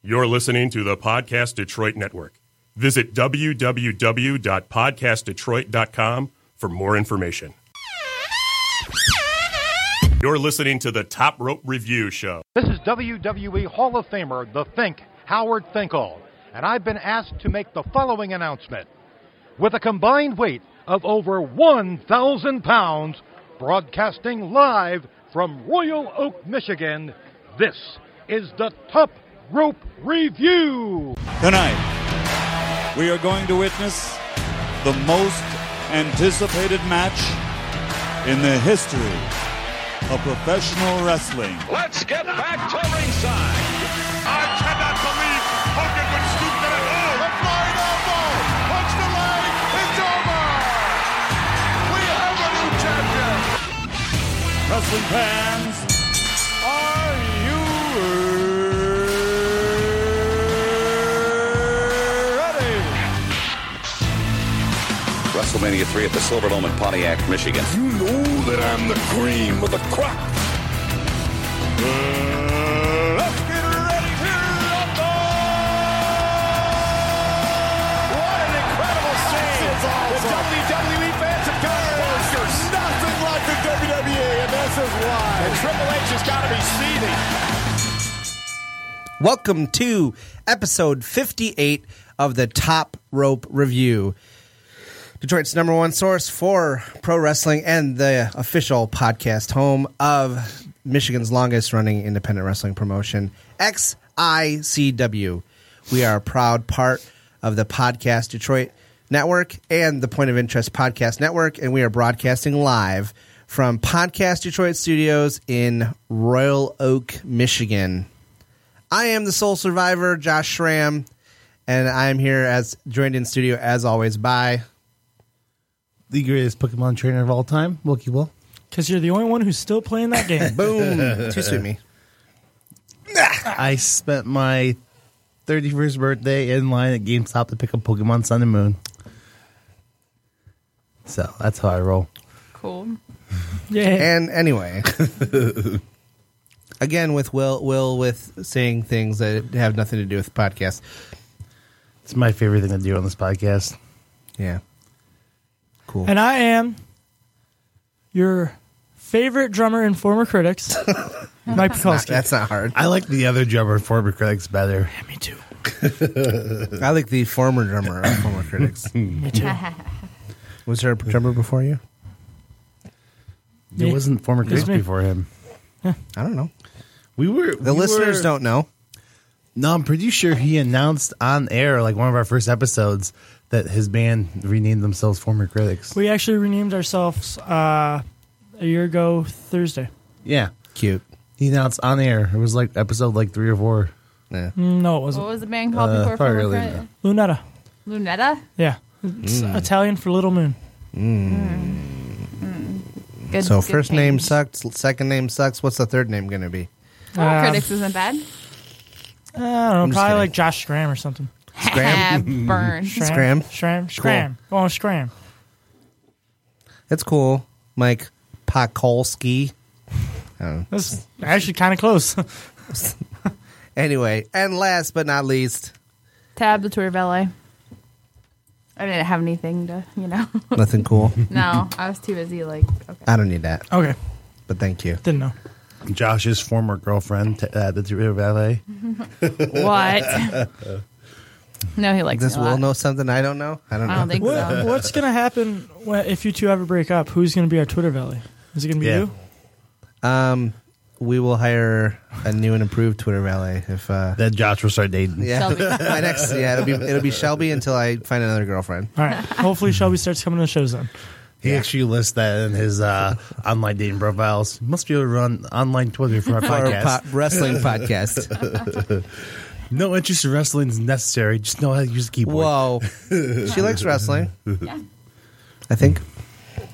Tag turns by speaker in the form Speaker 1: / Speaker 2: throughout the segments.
Speaker 1: You're listening to the Podcast Detroit Network. Visit www.podcastdetroit.com for more information. You're listening to the Top Rope Review Show.
Speaker 2: This is WWE Hall of Famer, The Think, Howard Finkel, and I've been asked to make the following announcement. With a combined weight of over 1,000 pounds, broadcasting live from Royal Oak, Michigan, this is the Top Rope Review.
Speaker 3: Tonight, we are going to witness the most anticipated match in the history of professional wrestling.
Speaker 4: Let's get back to ringside.
Speaker 5: I cannot believe Hogan would stoop to that. Oh, a flying elbow. Punch the leg. It's over. We have a new champion.
Speaker 3: Wrestling fans, are you ready?
Speaker 6: WrestleMania 3 at the Silverdome in Pontiac, Michigan.
Speaker 5: You know that I'm the cream of the crop. Uh, Let's get ready to rumble. What an incredible scene. The WWE fans have got monsters. Nothing like the WWE, and this is why. And Triple H has got to be seething.
Speaker 7: Welcome to episode 58 of the Top Rope Review, Detroit's number one source for pro wrestling and the official podcast home of Michigan's longest running independent wrestling promotion, XICW. We are a proud part of the Podcast Detroit Network and the Point of Interest Podcast Network, and we are broadcasting live from Podcast Detroit Studios in Royal Oak, Michigan. I am the sole survivor, Josh Schramm, and I am here as joined in studio as always by
Speaker 8: the greatest Pokemon trainer of all time, Wookie Will.
Speaker 9: Because you're the only one who's still playing that game.
Speaker 7: Boom. Too sweet me.
Speaker 8: I spent my 31st birthday in line at GameStop to pick up Pokemon Sun and Moon. So that's how I roll.
Speaker 10: Cool.
Speaker 9: yeah.
Speaker 7: And anyway, again with Will, Will with saying things that have nothing to do with the podcast.
Speaker 8: It's my favorite thing to do on this podcast.
Speaker 7: Yeah, cool.
Speaker 9: And I am your favorite drummer and former critics, Mike Pekulski.
Speaker 7: That's not hard.
Speaker 8: I like the other drummer and former critics better.
Speaker 9: me too.
Speaker 7: I like the former drummer of former critics.
Speaker 9: Me too.
Speaker 7: Was there a drummer before you?
Speaker 8: There
Speaker 9: Yeah.
Speaker 8: wasn't former critics
Speaker 9: me.
Speaker 8: before him.
Speaker 7: I don't know.
Speaker 8: We were
Speaker 7: The listeners don't know.
Speaker 8: No, I'm pretty sure he announced on air, like one of our first episodes, that his band renamed themselves Former Critics.
Speaker 9: we actually renamed ourselves uh, a year ago Thursday.
Speaker 8: Yeah,
Speaker 7: Cute.
Speaker 8: he announced on air. It was like episode like three or four.
Speaker 7: Yeah.
Speaker 9: No, it
Speaker 10: What
Speaker 9: wasn't.
Speaker 10: was the band called
Speaker 8: Uh,
Speaker 10: before?
Speaker 8: probably
Speaker 10: Former
Speaker 8: really
Speaker 10: Credit?
Speaker 9: Lunetta.
Speaker 10: Lunetta?
Speaker 9: Yeah.
Speaker 7: Mm.
Speaker 9: It's Italian for Little Moon.
Speaker 10: Good.
Speaker 7: So
Speaker 10: good
Speaker 7: first name
Speaker 10: change.
Speaker 7: sucks. Second name sucks. What's the third name going to be?
Speaker 10: Former
Speaker 9: Um,
Speaker 10: critics isn't bad.
Speaker 9: Uh, I don't know. Probably
Speaker 7: just kidding.
Speaker 9: like Josh Scram or something.
Speaker 7: Scram?
Speaker 10: Burn.
Speaker 7: Scram?
Speaker 9: Scram. Scram. Oh, Scram.
Speaker 7: That's cool. Mike Pakolski.
Speaker 9: That's actually kind of close.
Speaker 7: Anyway, and last but not least,
Speaker 10: Tab the tour valet. I didn't have anything to, you know.
Speaker 7: nothing cool.
Speaker 10: no, I was too busy. Like, okay.
Speaker 7: I don't need that,
Speaker 9: okay.
Speaker 7: but thank you.
Speaker 9: Didn't know.
Speaker 8: Josh's former girlfriend t- at the Tour Valet.
Speaker 10: what? no, he likes
Speaker 7: Does
Speaker 10: me a
Speaker 7: Will
Speaker 10: lot.
Speaker 7: know something I don't know? I don't know.
Speaker 10: I don't think
Speaker 9: What,
Speaker 10: so.
Speaker 9: what's going to happen when, if you two ever break up? Who's going to be our Twitter valley? Is it going to be
Speaker 8: Yeah.
Speaker 9: you?
Speaker 7: um, we will hire a new and improved Twitter valet if. Uh,
Speaker 8: Then Josh will start dating.
Speaker 7: yeah,
Speaker 10: Shelby.
Speaker 7: my next. Yeah, it'll be it'll be Shelby until I find another girlfriend.
Speaker 9: All right. Hopefully, Shelby starts coming to the shows then.
Speaker 8: He actually lists that in his uh, online dating profiles. Must be able to run online Twitter for our
Speaker 7: Or a
Speaker 8: podcast.
Speaker 7: po- wrestling podcast.
Speaker 8: No interest in wrestling is necessary. Just know how to use the keyboard.
Speaker 7: Whoa, she likes wrestling.
Speaker 10: Yeah,
Speaker 7: I think.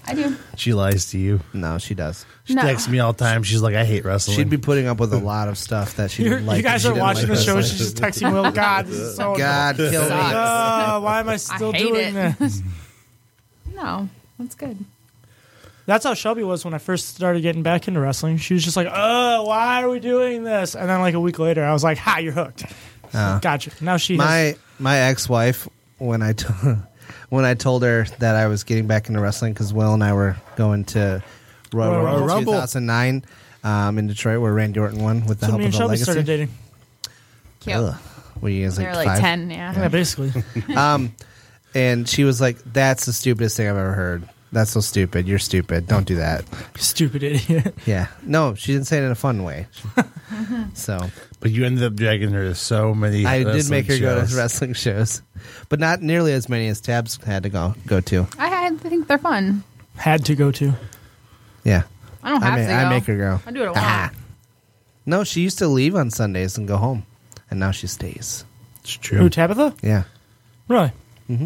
Speaker 10: I do.
Speaker 8: She lies to you.
Speaker 7: No, she does.
Speaker 8: She
Speaker 10: No.
Speaker 8: texts me all the time. She's like, I hate wrestling.
Speaker 7: She'd be putting up with a lot of stuff that she
Speaker 9: You're,
Speaker 7: didn't like.
Speaker 9: you guys
Speaker 7: She
Speaker 9: are
Speaker 7: didn't
Speaker 9: watching
Speaker 7: like
Speaker 9: the show.
Speaker 7: wrestling.
Speaker 9: She's just texting Will. God, this is so.
Speaker 7: God, kill me.
Speaker 9: Uh, why am I still
Speaker 10: hate
Speaker 9: doing
Speaker 10: it.
Speaker 9: this?
Speaker 10: No, that's good.
Speaker 9: That's how Shelby was when I first started getting back into wrestling. She was just like, "Oh, why are we doing this?" And then like a week later, I was like, "Ha, you're hooked."
Speaker 7: Uh,
Speaker 9: gotcha. Now she has-
Speaker 7: my my ex wife when I t- when I told her that I was getting back into wrestling because Will and I were going to Royal,
Speaker 9: Royal
Speaker 7: Rumble,
Speaker 9: Rumble.
Speaker 7: 2009 um, in Detroit where Randy Orton won with the
Speaker 9: So
Speaker 7: help
Speaker 9: me
Speaker 7: of
Speaker 9: and
Speaker 7: a
Speaker 9: Shelby
Speaker 7: legacy.
Speaker 9: started dating.
Speaker 10: Cute.
Speaker 7: Ugh. Were you guys
Speaker 10: They
Speaker 7: like,
Speaker 10: were like
Speaker 7: five?
Speaker 10: 10, yeah.
Speaker 9: Yeah, basically.
Speaker 7: um, and she was like, "That's the stupidest thing I've ever heard. That's so stupid. You're stupid. Don't do that."
Speaker 9: Stupid idiot.
Speaker 7: Yeah. No, she didn't say it in a fun way. so
Speaker 8: But you ended up dragging her to so many.
Speaker 7: I did
Speaker 8: wrestling
Speaker 7: make her go
Speaker 8: shows.
Speaker 7: to wrestling shows, but not nearly as many as Tabs had to go go to.
Speaker 10: I, I think they're fun.
Speaker 9: Had to go to.
Speaker 7: Yeah.
Speaker 10: I don't
Speaker 7: I
Speaker 10: have
Speaker 7: ma-
Speaker 10: to.
Speaker 7: I
Speaker 10: go.
Speaker 7: make her go.
Speaker 10: I do it a lot.
Speaker 7: Ah. No, she used to leave on Sundays and go home, and now she stays.
Speaker 8: It's
Speaker 9: Who,
Speaker 8: true.
Speaker 9: Tabitha?
Speaker 7: Yeah.
Speaker 9: Really?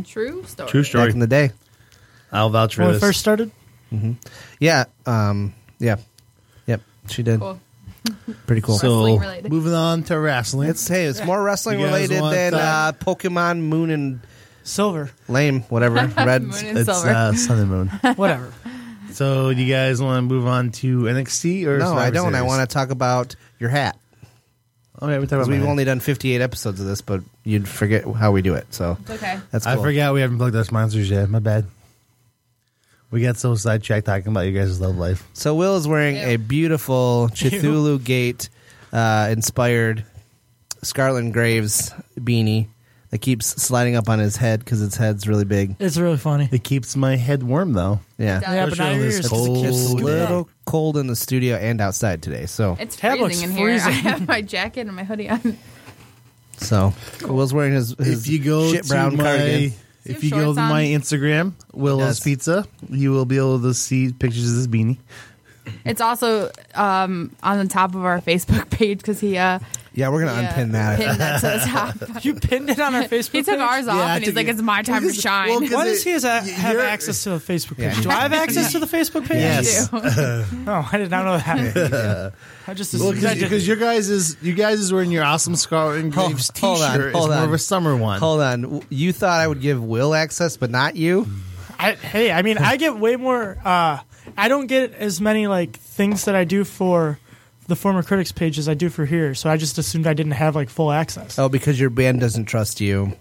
Speaker 10: True story.
Speaker 8: True story.
Speaker 7: Back in the day.
Speaker 8: I'll vouch for
Speaker 9: When we
Speaker 8: this.
Speaker 9: first started?
Speaker 7: Yeah. Um. Yeah. Yep. She did.
Speaker 10: Cool.
Speaker 7: Pretty cool.
Speaker 8: so
Speaker 10: Wrestling related.
Speaker 8: moving on to wrestling.
Speaker 7: It's hey, it's more wrestling
Speaker 8: You guys
Speaker 7: related
Speaker 8: want
Speaker 7: than uh,
Speaker 8: that?
Speaker 7: Pokemon Moon and
Speaker 9: Silver.
Speaker 7: Lame, whatever. Red.
Speaker 10: Moon and
Speaker 8: it's
Speaker 10: silver.
Speaker 8: uh, Sun and Moon.
Speaker 9: Whatever.
Speaker 8: so do you guys want to move on to NXT or
Speaker 7: no,
Speaker 8: Survivor
Speaker 7: I don't. I
Speaker 8: Series?
Speaker 7: want to talk about your hat.
Speaker 8: All right, we're talking
Speaker 7: 'Cause
Speaker 8: about
Speaker 7: We've
Speaker 8: my-
Speaker 7: only done 58 episodes of this, but you'd forget how we do it. So
Speaker 10: It's okay.
Speaker 7: that's
Speaker 8: I
Speaker 7: cool.
Speaker 8: forgot we haven't plugged our sponsors yet. My bad. We got so sidetracked talking about you guys' love life.
Speaker 7: So Will is wearing
Speaker 10: Ew.
Speaker 7: a beautiful Cthulhu Gate uh, inspired Scarlet and Graves beanie that keeps sliding up on his head because his head's really big.
Speaker 9: It's really funny.
Speaker 8: It keeps my head warm though.
Speaker 7: Yeah.
Speaker 10: Does.
Speaker 9: Yeah, but
Speaker 8: Especially
Speaker 9: now
Speaker 8: on
Speaker 9: your
Speaker 8: this
Speaker 9: ears
Speaker 8: cold
Speaker 7: It's a
Speaker 9: just
Speaker 7: little cold in the studio and outside today. So
Speaker 10: It's
Speaker 9: Tab looks
Speaker 10: freezing in here. I
Speaker 9: freezing.
Speaker 10: have my jacket and my hoodie on.
Speaker 7: so Will's wearing his, his
Speaker 8: if you go
Speaker 7: shit
Speaker 8: to
Speaker 7: brown
Speaker 8: my
Speaker 7: cardigan.
Speaker 8: if
Speaker 10: You have
Speaker 8: you go
Speaker 10: shorts
Speaker 8: to my
Speaker 10: on?
Speaker 8: Instagram, Willow's
Speaker 7: Yes.
Speaker 8: Pizza, you will be able to see pictures of this beanie.
Speaker 10: It's also um, on the top of our Facebook page because he uh,
Speaker 7: Yeah, we're gonna
Speaker 10: he, uh,
Speaker 7: unpin that.
Speaker 10: pinned that to the top.
Speaker 9: You pinned it on our Facebook
Speaker 10: he took
Speaker 9: page?
Speaker 10: ours off
Speaker 8: I
Speaker 10: and he's
Speaker 8: took
Speaker 10: like,
Speaker 8: it-
Speaker 10: "It's my time to shine."
Speaker 8: well, 'cause
Speaker 9: Why
Speaker 8: it-
Speaker 9: does he has a, have
Speaker 8: you're-
Speaker 9: access to the Facebook
Speaker 7: Yeah.
Speaker 9: page? Do I have access to the Facebook page?
Speaker 8: Yes.
Speaker 9: Oh, I did not know that. I just
Speaker 8: Well,
Speaker 9: assumed I did.
Speaker 8: because your guys is you guys is wearing your awesome Scarlet and
Speaker 7: Hold-
Speaker 8: Graves
Speaker 7: hold
Speaker 8: T-shirt.
Speaker 7: on, hold
Speaker 8: it's more
Speaker 7: on.
Speaker 8: of a summer one.
Speaker 7: Hold on, W- you thought I would give Will access, but not you.
Speaker 8: Hmm.
Speaker 9: I, hey, I mean, I get way more. Uh, I don't get as many like things that I do for the former critics page as I do for here. So I just assumed I didn't have like full access.
Speaker 7: Oh, because your band doesn't trust you.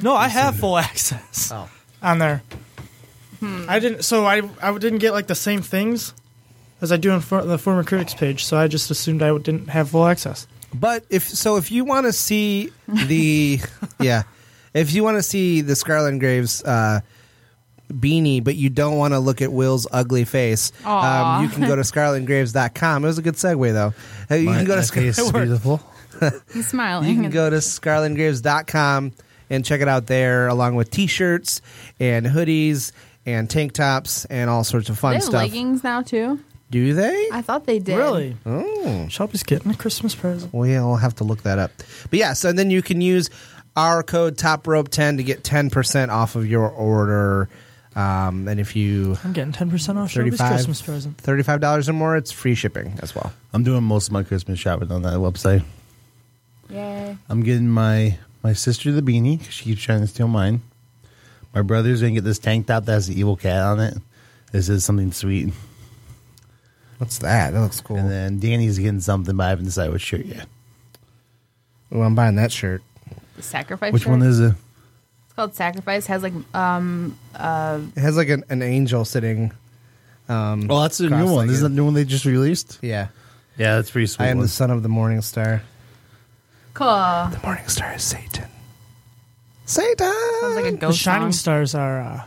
Speaker 9: No, I have full access
Speaker 7: Oh.
Speaker 9: on there. I didn't. So I I didn't get like the same things as I do on for, the former critics page. So I just assumed I didn't have full access.
Speaker 7: But if so, if you want to see the yeah, if you want to see the Scarlet and Graves uh, beanie, but you don't want to look at Will's ugly face,
Speaker 10: Aw.
Speaker 7: um, you can go to scarletandgraves.com. It was a good segue though. Uh, You
Speaker 8: My-
Speaker 7: can go
Speaker 8: my
Speaker 7: to Scar-
Speaker 8: face is beautiful.
Speaker 10: he's smiling.
Speaker 7: you can go to scarletandgraves.com and check it out there, along with t-shirts and hoodies and tank tops and all sorts of
Speaker 10: They
Speaker 7: fun
Speaker 10: have
Speaker 7: stuff.
Speaker 10: leggings now too.
Speaker 7: Do they?
Speaker 10: I thought they did.
Speaker 9: Really? Oh, Shelby's getting a Christmas present.
Speaker 7: We'll have to look that up. But yeah, so then you can use our code top rope 10 to get 10% off of your order. Um, and if you
Speaker 9: I'm getting ten percent off Shelby's
Speaker 7: 35
Speaker 9: Oh, Christmas present.
Speaker 7: $35 or more, it's free shipping as well.
Speaker 8: I'm doing most of my Christmas shopping on that website.
Speaker 10: Yay!
Speaker 8: I'm getting my my sister the beanie. 'cause She keeps trying to steal mine. My brother's gonna get this tank top that has the evil cat on it. This is something sweet.
Speaker 7: What's that? That looks cool.
Speaker 8: And then Danny's getting something, but I haven't decided which shirt yet.
Speaker 7: Well, I'm buying that shirt.
Speaker 10: The sacrifice.
Speaker 8: Which
Speaker 10: shirt.
Speaker 8: one is it?
Speaker 10: It's called sacrifice. Has like um
Speaker 7: It has like an, an angel sitting.
Speaker 8: Well, Oh, that's the new one.
Speaker 7: Cross-legged.
Speaker 8: Isn't Mm. that the new one they just released?
Speaker 7: Yeah.
Speaker 8: Yeah, that's pretty sweet.
Speaker 7: I am
Speaker 8: one.
Speaker 7: the son of the morning star.
Speaker 10: cool. Sounds
Speaker 7: The morning star is Satan. Satan!
Speaker 10: like a
Speaker 9: The
Speaker 10: ghost.
Speaker 9: Shining
Speaker 10: song.
Speaker 9: Stars are uh,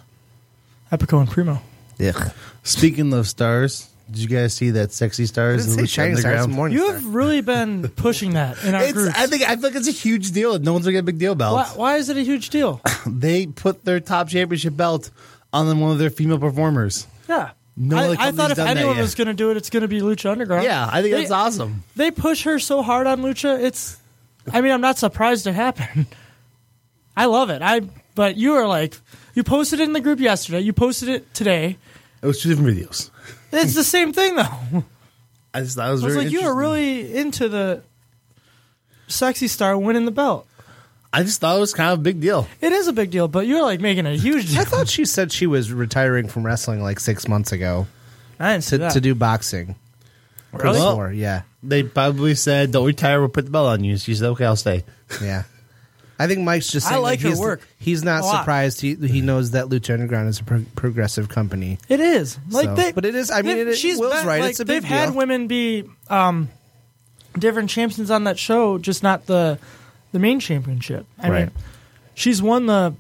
Speaker 9: Epico and Primo.
Speaker 7: Ugh.
Speaker 8: Speaking of stars, did you guys see that sexy
Speaker 7: I
Speaker 8: stars?
Speaker 7: didn't say
Speaker 8: Lucha
Speaker 7: shining star, it's
Speaker 8: Underground?
Speaker 7: morning
Speaker 9: You
Speaker 7: star.
Speaker 9: have really been pushing that in our
Speaker 8: It's,
Speaker 9: groups.
Speaker 8: I think I think it's a huge deal. that No one's gonna get a big deal about.
Speaker 9: why, why is it a huge deal?
Speaker 8: They put their top championship belt on one of their female performers.
Speaker 9: Yeah.
Speaker 8: No other
Speaker 9: I, I
Speaker 8: company's
Speaker 9: thought if
Speaker 8: done that
Speaker 9: anyone
Speaker 8: yet.
Speaker 9: was going to do it, it's going to be Lucha Underground.
Speaker 8: Yeah, I think
Speaker 9: They-
Speaker 8: that's awesome.
Speaker 9: They push her so hard on Lucha. It's, I mean, I'm not surprised it happened. I love it. I but you are like you posted it in the group yesterday. You posted it today.
Speaker 8: It was two different videos.
Speaker 9: It's the same thing though. I
Speaker 8: I just thought it was,
Speaker 9: was
Speaker 8: very
Speaker 9: like, you are
Speaker 8: interesting.
Speaker 9: really into the sexy star winning the belt.
Speaker 8: I just thought it was kind of a big deal.
Speaker 9: It is a big deal, but you're like making a huge deal.
Speaker 7: I thought she said she was retiring from wrestling like six months ago
Speaker 9: I didn't
Speaker 7: to,
Speaker 9: see that.
Speaker 7: to do boxing. Really? Before, yeah.
Speaker 8: They probably said, "Don't retire. We'll put the bell on you." She said, "Okay, I'll stay."
Speaker 7: Yeah. I think Mike's just
Speaker 9: I
Speaker 7: saying that
Speaker 9: like her
Speaker 7: he's,
Speaker 9: work
Speaker 7: he's not
Speaker 9: a lot.
Speaker 7: surprised. He he knows that Lucha Underground is a pro- progressive company.
Speaker 9: It is like
Speaker 7: So-
Speaker 9: they,
Speaker 7: but it is- I mean,
Speaker 9: they-
Speaker 7: it is-
Speaker 9: she's
Speaker 7: Will's
Speaker 9: been-
Speaker 7: right,
Speaker 9: Like,
Speaker 7: it's a big
Speaker 9: they've had
Speaker 7: deal.
Speaker 9: women be um, different champions on that show, just not the the main championship. I
Speaker 8: Right.
Speaker 9: mean, she's won the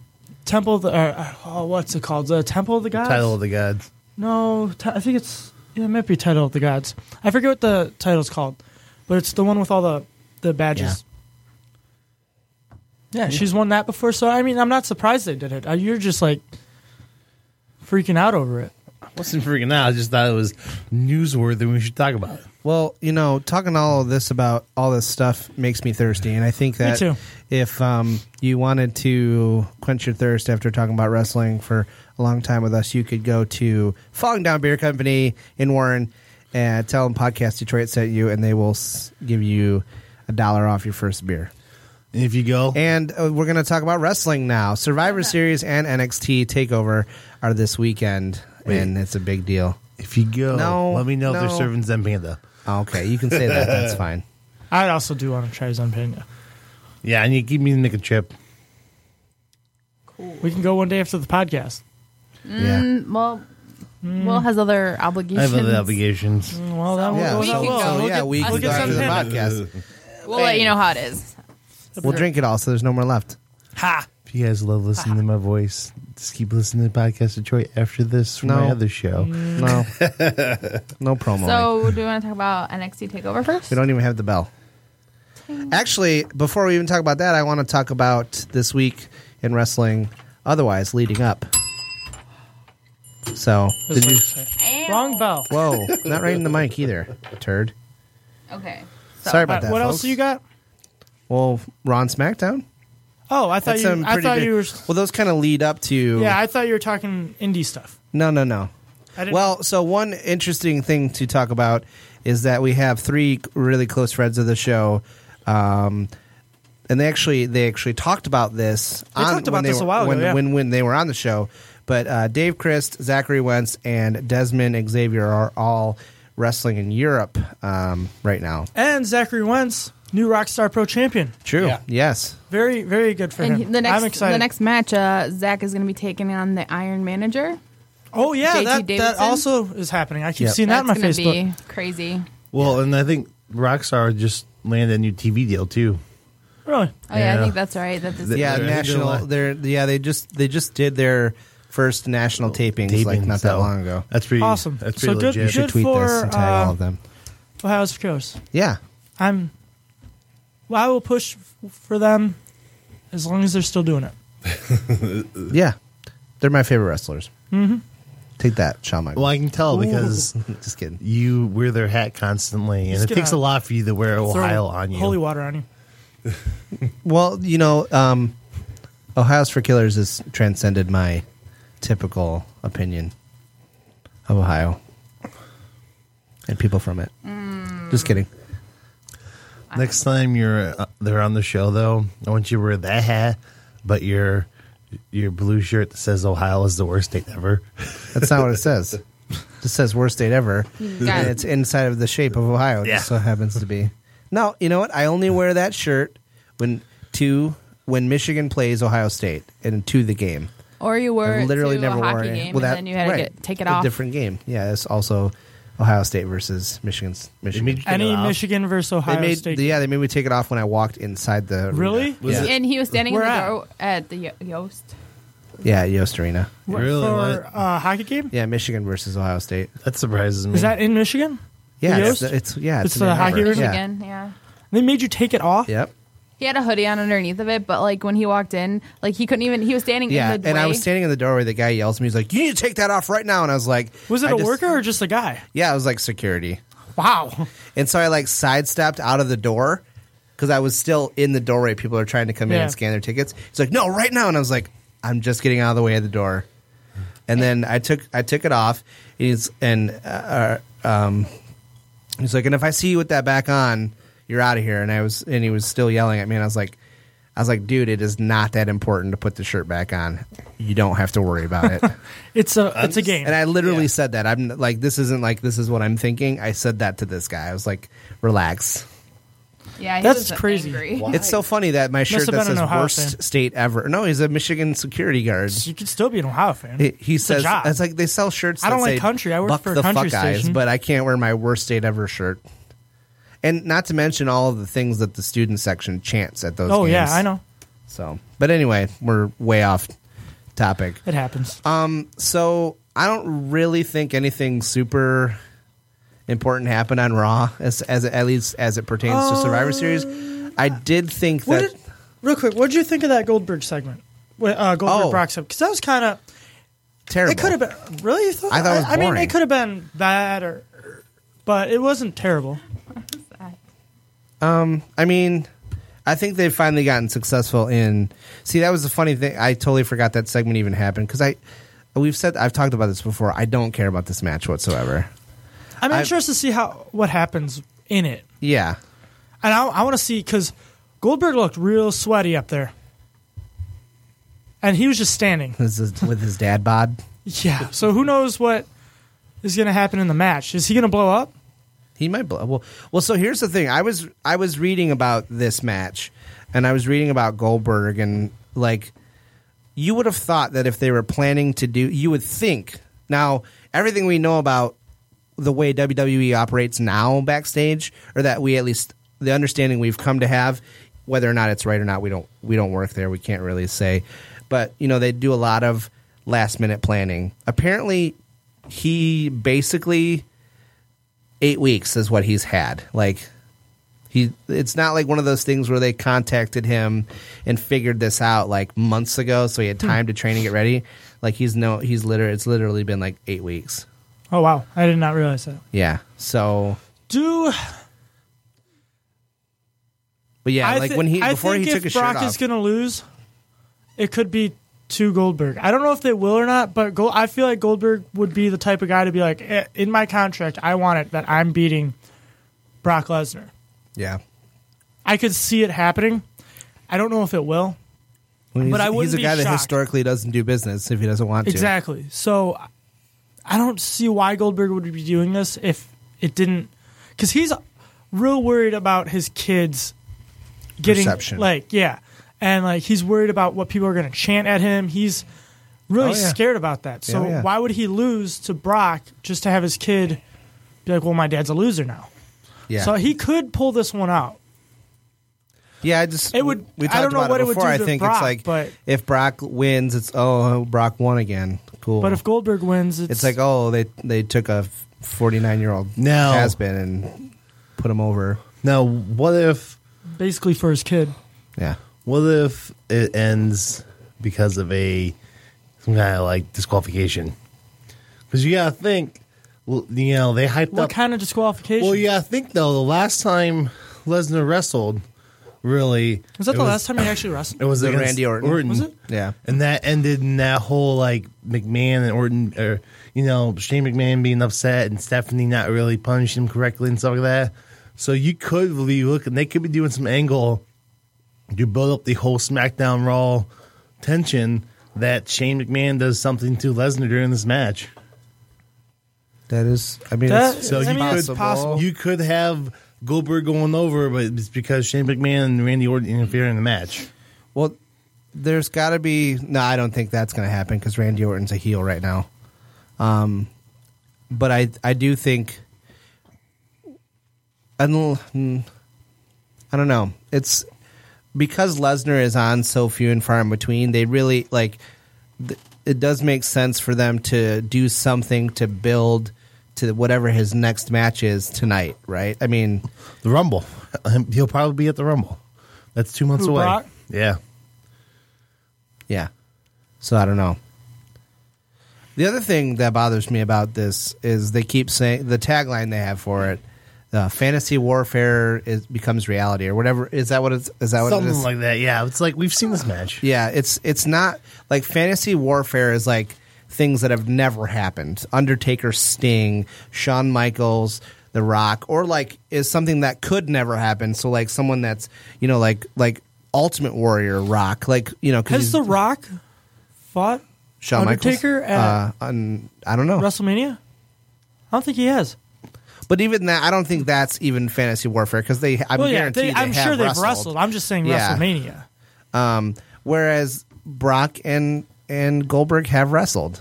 Speaker 9: Temple of the or, oh, what's it called? The Temple of the
Speaker 7: Uh,
Speaker 9: Gods.
Speaker 8: Title of the gods.
Speaker 9: no, ti- I think it's yeah, it might be Title of the Gods. I forget what the title's called, but it's the one with all the the badges. Yeah, she's won that before, so I mean, I'm not surprised they did it. Uh, You're just like freaking out over it.
Speaker 8: Wasn't freaking out. I just thought it was newsworthy. and We should talk about it.
Speaker 7: Well, you know, talking all of this about all this stuff makes me thirsty, and I think that
Speaker 9: too.
Speaker 7: if um, you wanted to quench your thirst after talking about wrestling for a long time with us, you could go to Falling Down Beer Company in Warren and tell them Podcast Detroit sent you, and they will s- give you a dollar off your first beer.
Speaker 8: And if you go,
Speaker 7: And uh, we're going to talk about wrestling now. Survivor Series and NXT Takeover are this weekend, and it's a big deal.
Speaker 8: if you go,
Speaker 7: No,
Speaker 8: let me know if
Speaker 7: no.
Speaker 8: they're serving Zen Panda.
Speaker 7: Oh, Okay, you can say that. That's fine.
Speaker 9: I also do want to try Zenpena.
Speaker 8: Yeah, and you keep me to make a trip.
Speaker 9: We can go one day after the podcast.
Speaker 7: Yeah.
Speaker 10: Well, Will has other
Speaker 8: Hmm. I
Speaker 10: obligations.
Speaker 8: have other obligations.
Speaker 9: Well, that
Speaker 7: Yeah,
Speaker 9: will
Speaker 7: so,
Speaker 10: we can go.
Speaker 7: so,
Speaker 10: We'll
Speaker 7: yeah,
Speaker 10: get-
Speaker 7: we
Speaker 10: I'll get
Speaker 7: can go
Speaker 10: some
Speaker 7: after the
Speaker 10: pin.
Speaker 7: podcast.
Speaker 10: We'll let you know how it is.
Speaker 7: We'll drink it all, so there's no more left.
Speaker 9: Ha!
Speaker 8: If you guys love listening to my voice, just keep listening to Podcast Detroit after this from
Speaker 7: No.
Speaker 8: my other show.
Speaker 7: No, no promo.
Speaker 10: So, do we want to talk about NXT Takeover first?
Speaker 7: we don't even have the bell. Actually, before we even talk about that, I want to talk about this week in wrestling. Otherwise, leading up. So, did you?
Speaker 9: Wrong bell.
Speaker 7: Whoa, not right in the mic either. Turd.
Speaker 10: Okay.
Speaker 7: Sorry about
Speaker 9: Alright,
Speaker 7: that.
Speaker 9: Uh, what
Speaker 7: folks.
Speaker 9: else you got?
Speaker 7: Well, Ron SmackDown.
Speaker 9: Oh, I thought
Speaker 7: That's some
Speaker 9: you. I
Speaker 7: pretty
Speaker 9: thought
Speaker 7: big-
Speaker 9: you were.
Speaker 7: Well, those kind of lead up to.
Speaker 9: Yeah, I thought you were talking indie stuff.
Speaker 7: no, no, no.
Speaker 9: I didn't,
Speaker 7: Well, so one interesting thing to talk about is that we have three really close friends of the show, um, and they actually they actually talked about this.
Speaker 9: They talked about
Speaker 7: when
Speaker 9: this
Speaker 7: were,
Speaker 9: a while ago,
Speaker 7: when,
Speaker 9: yeah.
Speaker 7: when when they were on the show. But uh, Dave Christ, Zachary Wentz, and Desmond Xavier are all wrestling in Europe um, right now.
Speaker 9: and Zachary Wentz, new Rockstar Pro champion.
Speaker 7: True.
Speaker 8: Yeah.
Speaker 7: Yes.
Speaker 9: Very, very good for
Speaker 10: And he-
Speaker 9: him.
Speaker 10: the next,
Speaker 9: I'm excited.
Speaker 10: The next match, uh, Zach is going to be taking on the Iron Manager.
Speaker 9: oh yeah,
Speaker 10: JT
Speaker 9: that, that
Speaker 10: Davidson?
Speaker 9: also is happening. I keep
Speaker 7: Yep.
Speaker 9: seeing that on my
Speaker 10: That's going
Speaker 9: Facebook.
Speaker 10: to be crazy.
Speaker 8: Well, and I think Rockstar just landed a new TV deal too.
Speaker 9: Really?
Speaker 10: Oh yeah,
Speaker 8: Yeah.
Speaker 10: I think that's right. That this
Speaker 7: Yeah.
Speaker 8: They're-
Speaker 7: national. They're yeah. They just they just did their first national tapings, like
Speaker 8: Taping,
Speaker 7: not that
Speaker 8: so
Speaker 7: long ago.
Speaker 8: That's pretty
Speaker 9: Awesome.
Speaker 8: That's
Speaker 9: So
Speaker 8: pretty
Speaker 9: good-
Speaker 8: legit.
Speaker 7: You should
Speaker 9: Good
Speaker 7: tweet this
Speaker 9: for,
Speaker 7: and tag
Speaker 9: uh,
Speaker 7: all of them.
Speaker 9: Ohio's Coast.
Speaker 7: Yeah.
Speaker 9: I'm. Well, I will push f- for them as long as they're still doing it.
Speaker 7: Yeah, they're my favorite wrestlers. Mm-hmm. Take that, Shawn Michaels.
Speaker 8: Well, I can tell because
Speaker 7: Just kidding.
Speaker 8: you wear their hat constantly, and
Speaker 9: Just
Speaker 8: it takes
Speaker 9: gonna
Speaker 8: a lot for you to wear
Speaker 9: Throw
Speaker 8: Ohio on you.
Speaker 9: Holy water on you.
Speaker 7: Well, you know, um, Ohio's for Killers has transcended my typical opinion of Ohio and people from it. Just kidding.
Speaker 8: Next time you're uh, they're on the show, though, I want you to wear that hat, but your your blue shirt that says Ohio is the worst state ever.
Speaker 7: That's not what it says. It just says worst state ever.
Speaker 10: got
Speaker 7: and
Speaker 10: it.
Speaker 7: it's inside of the shape of Ohio. It
Speaker 8: Yeah.
Speaker 7: just so happens to be. No, you know what? I only wear that shirt when to when Michigan plays Ohio State and to the game.
Speaker 10: or you were
Speaker 7: I literally never
Speaker 10: a
Speaker 7: wore
Speaker 10: hockey
Speaker 7: it.
Speaker 10: game,
Speaker 7: Well, that-
Speaker 10: and then you had
Speaker 7: right.
Speaker 10: to get, take it
Speaker 7: A
Speaker 10: off.
Speaker 7: different game. Yeah, it's also Ohio State versus Michigan's Michigan.
Speaker 8: made you Take
Speaker 9: Any
Speaker 8: it off.
Speaker 9: Michigan versus
Speaker 7: They
Speaker 9: Ohio
Speaker 7: made-
Speaker 9: State.
Speaker 7: yeah, they made me take it off when I walked inside the
Speaker 9: Really?
Speaker 7: arena.
Speaker 8: Was
Speaker 7: yeah.
Speaker 8: it-
Speaker 10: And he was standing in
Speaker 9: Where
Speaker 10: the
Speaker 9: at?
Speaker 10: door at the Yo- Yost.
Speaker 7: yeah, at Yost Arena.
Speaker 8: Really?
Speaker 9: for
Speaker 8: What?
Speaker 9: uh, hockey game?
Speaker 7: Yeah, Michigan versus Ohio State.
Speaker 8: That surprises me.
Speaker 9: Is that in Michigan?
Speaker 7: Yeah,
Speaker 9: The
Speaker 7: it's,
Speaker 9: Yost?
Speaker 7: it's yeah,
Speaker 9: It's
Speaker 7: in
Speaker 9: the
Speaker 7: Ann
Speaker 9: hockey
Speaker 7: Arbor.
Speaker 9: arena?
Speaker 7: Yeah.
Speaker 10: Michigan, yeah.
Speaker 9: They made you take it off.
Speaker 7: Yep.
Speaker 10: He had a hoodie on underneath of it, but like when he walked in, like he couldn't even. He was standing
Speaker 7: Yeah,
Speaker 10: in the
Speaker 7: and I
Speaker 10: way.
Speaker 7: was standing in the doorway. The guy yells at me. He's like, "You need to take that off right now!" And I was like,
Speaker 9: Was it
Speaker 7: I
Speaker 9: a
Speaker 7: just-
Speaker 9: worker or just a guy?
Speaker 7: Yeah, it was like security.
Speaker 9: Wow.
Speaker 7: And so I like sidestepped out of the door because I was still in the doorway. People are trying to come in
Speaker 9: Yeah.
Speaker 7: and scan their tickets. He's like, "No, right now!" And I was like, "I'm just getting out of the way of the door." And then I took I took it off. And he's and uh, uh, um, he's like, "And if I see you with that back on, you're out of here." And I was and he was still yelling at me. And I was like, I was like, dude, it is not that important to put the shirt back on. You don't have to worry about it.
Speaker 9: it's a it's a game.
Speaker 7: And I literally said that. I'm like, this isn't like this is what I'm thinking. I said that to this guy. I was like, relax.
Speaker 10: Yeah, he
Speaker 9: That's
Speaker 10: was
Speaker 9: crazy.
Speaker 10: angry.
Speaker 7: It's so funny that my
Speaker 9: Must
Speaker 7: shirt that
Speaker 9: have been an
Speaker 7: says
Speaker 9: Ohio
Speaker 7: worst
Speaker 9: fan.
Speaker 7: state ever. No, he's a Michigan security guard.
Speaker 9: You could still be an Ohio fan.
Speaker 7: He, he
Speaker 9: It's a
Speaker 7: says
Speaker 9: job.
Speaker 7: it's like they sell shirts.
Speaker 9: I
Speaker 7: that
Speaker 9: don't like
Speaker 7: say,
Speaker 9: country. I work
Speaker 7: "Buck
Speaker 9: for a
Speaker 7: the
Speaker 9: country
Speaker 7: fuck eyes,"
Speaker 9: station.
Speaker 7: but I can't wear my worst state ever shirt. And not to mention all of the things that the student section chants at those.
Speaker 9: oh yeah,
Speaker 7: games.
Speaker 9: I know.
Speaker 7: So, but anyway, we're way off topic.
Speaker 9: It happens.
Speaker 7: Um, so I don't really think anything super important happened on Raw as as at least as it pertains to Survivor Series.
Speaker 9: Uh,
Speaker 7: I did think
Speaker 9: What
Speaker 7: that
Speaker 9: did, real quick, what did you think of that Goldberg segment? Wh- Uh, Goldberg
Speaker 7: Oh.
Speaker 9: Brock segment because that was kind of
Speaker 7: terrible.
Speaker 9: it could have been really. You thought,
Speaker 7: I thought it was
Speaker 9: I, mean,
Speaker 7: boring.
Speaker 9: it could have been better, but it wasn't terrible.
Speaker 7: Um, I mean, I think they've finally gotten successful in. See, that was the funny thing. I totally forgot that segment even happened because I, we've said I've talked about this before. I don't care about this match whatsoever.
Speaker 9: I'm
Speaker 7: I-
Speaker 9: interested to see how what happens in it,
Speaker 7: Yeah,
Speaker 9: and I, I want to see because Goldberg looked real sweaty up there, and he was just standing.
Speaker 7: this is with his dad bod.
Speaker 9: Yeah. So who knows what is going to happen in the match? Is he going to blow up?
Speaker 7: He might blow. Well, well. So here's the thing. I was I was reading about this match, and I was reading about Goldberg, and like, you would have thought that if they were planning to do, you would think. Now, everything we know about the way WWE operates now backstage, or that we at least the understanding we've come to have, whether or not it's right or not, we don't we don't work there. We can't really say. But you know, they do a lot of last minute planning. Apparently, he basically eight weeks is what he's had. Like he, it's not like one of those things where they contacted him and figured this out like months ago, so he
Speaker 9: Hmm.
Speaker 7: had time to train and get ready. Like he's no, he's literally, it's literally been like eight weeks.
Speaker 9: Oh wow, I did not realize that.
Speaker 7: Yeah. So,
Speaker 9: Do
Speaker 7: but yeah,
Speaker 9: I
Speaker 7: like
Speaker 9: thi-
Speaker 7: when he
Speaker 9: I
Speaker 7: before he
Speaker 9: think
Speaker 7: took
Speaker 9: if
Speaker 7: his
Speaker 9: Brock
Speaker 7: shirt off,
Speaker 9: is going to lose, it could be to Goldberg. I don't know if they will or not, but Gold, I feel like Goldberg would be the type of guy to be like, "Eh, in my contract, I want it that I'm beating Brock Lesnar.
Speaker 7: yeah,
Speaker 9: I could see it happening. I don't know if it will.
Speaker 7: Well, he's-
Speaker 9: But I wouldn't
Speaker 7: he's a
Speaker 9: be
Speaker 7: guy that
Speaker 9: shocked.
Speaker 7: historically doesn't do business if he doesn't want to.
Speaker 9: Exactly. So I don't see why Goldberg would be doing this if it didn't, because he's real worried about his kids getting
Speaker 7: Perception.
Speaker 9: like yeah, and like he's worried about what people are going to chant at him. He's really
Speaker 7: Oh, yeah.
Speaker 9: scared about that. So
Speaker 7: Yeah, yeah.
Speaker 9: why would he lose to Brock just to have his kid be like, well, my dad's a loser now.
Speaker 7: Yeah.
Speaker 9: So he could pull this one out.
Speaker 7: Yeah, I just
Speaker 9: It would-
Speaker 7: We
Speaker 9: I
Speaker 7: talked
Speaker 9: don't know
Speaker 7: about
Speaker 9: what
Speaker 7: it
Speaker 9: it would
Speaker 7: before.
Speaker 9: do
Speaker 7: I
Speaker 9: to
Speaker 7: think it's
Speaker 9: Brock,
Speaker 7: like
Speaker 9: but-
Speaker 7: if Brock wins, it's oh Brock won again. Cool.
Speaker 9: But if Goldberg wins, it's,
Speaker 7: It's like, oh, they they took a 49 year old
Speaker 8: No.
Speaker 7: has been and put him over.
Speaker 8: Now, what if
Speaker 9: basically for his kid.
Speaker 7: Yeah.
Speaker 8: What if it ends because of a some kind of like disqualification? Because you gotta think, well, you know, they hyped
Speaker 9: What
Speaker 8: up.
Speaker 9: kind of disqualification?
Speaker 8: well, you gotta think though. The last time Lesnar wrestled, really,
Speaker 9: Is that
Speaker 8: it
Speaker 9: the
Speaker 8: was-
Speaker 9: last time he actually wrestled?
Speaker 8: It was
Speaker 7: The
Speaker 8: against
Speaker 7: Randy Orton.
Speaker 9: Was it?
Speaker 7: Yeah.
Speaker 8: and that ended in that whole like McMahon and Orton, or you know Shane McMahon being upset and Stephanie not really punishing him correctly and stuff like that. So you could be looking; they could be doing some angle to build up the whole SmackDown Raw tension that Shane McMahon does something to Lesnar during this match.
Speaker 7: That is, I mean,
Speaker 9: That-
Speaker 7: it's,
Speaker 8: So
Speaker 9: I
Speaker 8: you
Speaker 9: mean,
Speaker 8: could
Speaker 9: it's possible.
Speaker 8: you could have Goldberg going over, but it's because Shane McMahon and Randy Orton interfere in the match.
Speaker 7: well, there's got to be. No, I don't think that's going to happen because Randy Orton's a heel right now. Um, but I, I do think. unl- mm, I don't know. It's because Lesnar is on so few and far in between. They really like. Th- it does make sense for them to do something to build to whatever his next match is tonight, right? I mean,
Speaker 8: The Rumble. He'll probably be at the Rumble. That's two months
Speaker 9: Who,
Speaker 8: away.
Speaker 9: Brock?
Speaker 8: Yeah.
Speaker 7: Yeah. So I don't know. The other thing that bothers me about this is they keep saying the tagline they have for it, uh, "Fantasy warfare is, becomes reality" or whatever. Is that what it's? Is that what it
Speaker 8: Something
Speaker 7: is?
Speaker 8: like that. Yeah. It's like we've seen this match.
Speaker 7: yeah, it's it's not like fantasy warfare is like things that have never happened. Undertaker, Sting, Shawn Michaels, The Rock, or like is something that could never happen. So like someone that's you know like like Ultimate Warrior Rock. Like you know, 'cause
Speaker 9: Has
Speaker 7: he's-
Speaker 9: The Rock fought
Speaker 7: Shawn
Speaker 9: Undertaker
Speaker 7: Michaels.
Speaker 9: at
Speaker 7: uh, on, I don't know
Speaker 9: WrestleMania? I don't think he has.
Speaker 7: But even that, I don't think that's even fantasy warfare because they. I'm
Speaker 9: Well, yeah,
Speaker 7: guaranteed.
Speaker 9: they-
Speaker 7: they
Speaker 9: I'm
Speaker 7: have
Speaker 9: sure they've
Speaker 7: wrestled.
Speaker 9: wrestled. I'm just saying WrestleMania.
Speaker 7: Um, whereas Brock and and Goldberg have wrestled,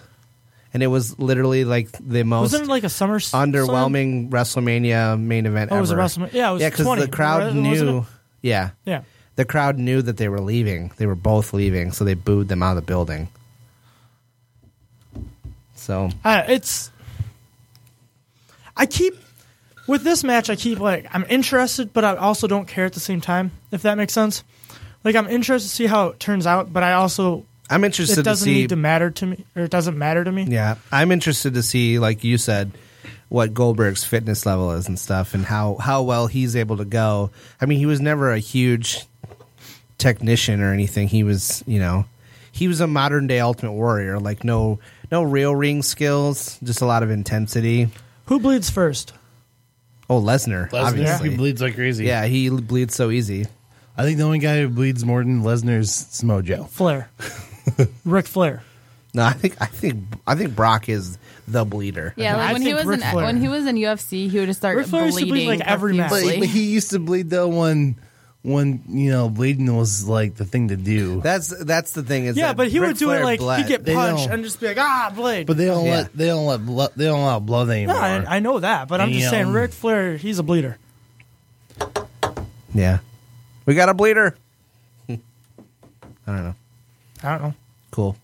Speaker 7: and it was literally like the most
Speaker 9: Wasn't it like a summer
Speaker 7: underwhelming WrestleMania main event
Speaker 9: Oh, it
Speaker 7: ever.
Speaker 9: was a WrestleMania- yeah, it was
Speaker 7: yeah, because
Speaker 9: 20,
Speaker 7: the crowd
Speaker 9: wasn't it?
Speaker 7: knew. Yeah,
Speaker 9: Yeah.
Speaker 7: the crowd knew that they were leaving. They were both leaving, so they booed them out of the building. So
Speaker 9: I, Uh, it's. I keep with this match. I keep like I'm interested, but I also don't care at the same time. If that makes sense, like I'm interested to see how it turns out, but I also
Speaker 7: I'm interested
Speaker 9: It doesn't
Speaker 7: to see
Speaker 9: need to matter to me, or it doesn't matter to me.
Speaker 7: Yeah, I'm interested to see, like you said, what Goldberg's fitness level is and stuff, and how how well he's able to go. I mean, he was never a huge technician or anything. He was, you know, he was a modern day Ultimate Warrior. Like no no real ring skills, just a lot of intensity.
Speaker 9: Who bleeds first?
Speaker 7: Oh, Lesnar.
Speaker 8: Lesnar,
Speaker 7: obviously.
Speaker 8: he bleeds like crazy.
Speaker 7: Yeah, he bleeds so easy.
Speaker 8: I think the only guy who bleeds more than Lesnar is Smojo.
Speaker 9: Flair, Ric Flair.
Speaker 7: No, I think I think I think Brock is the bleeder.
Speaker 10: Yeah, like when he was in when he was in UFC, he would just start
Speaker 9: Ric Flair used to
Speaker 10: bleeding
Speaker 9: bleed, like, every match.
Speaker 8: But,
Speaker 10: profusely.
Speaker 8: but he used to bleed though when when you know bleeding was like the thing to do.
Speaker 7: That's that's the thing is
Speaker 9: yeah,
Speaker 7: that
Speaker 9: but he
Speaker 7: Ric
Speaker 9: would do
Speaker 7: Flair
Speaker 9: it like
Speaker 7: bled.
Speaker 9: he'd get
Speaker 8: They
Speaker 9: punched
Speaker 8: don't-
Speaker 9: and just be like, ah, blade.
Speaker 8: But they don't
Speaker 7: Yeah.
Speaker 8: let they don't let blood, they don't allow blood
Speaker 9: no,
Speaker 8: anymore.
Speaker 9: I, I know that, but I'm just
Speaker 8: Damn.
Speaker 9: saying Ric Flair, he's a bleeder.
Speaker 7: Yeah. We got a bleeder. I don't know.
Speaker 9: I don't know.
Speaker 7: Cool.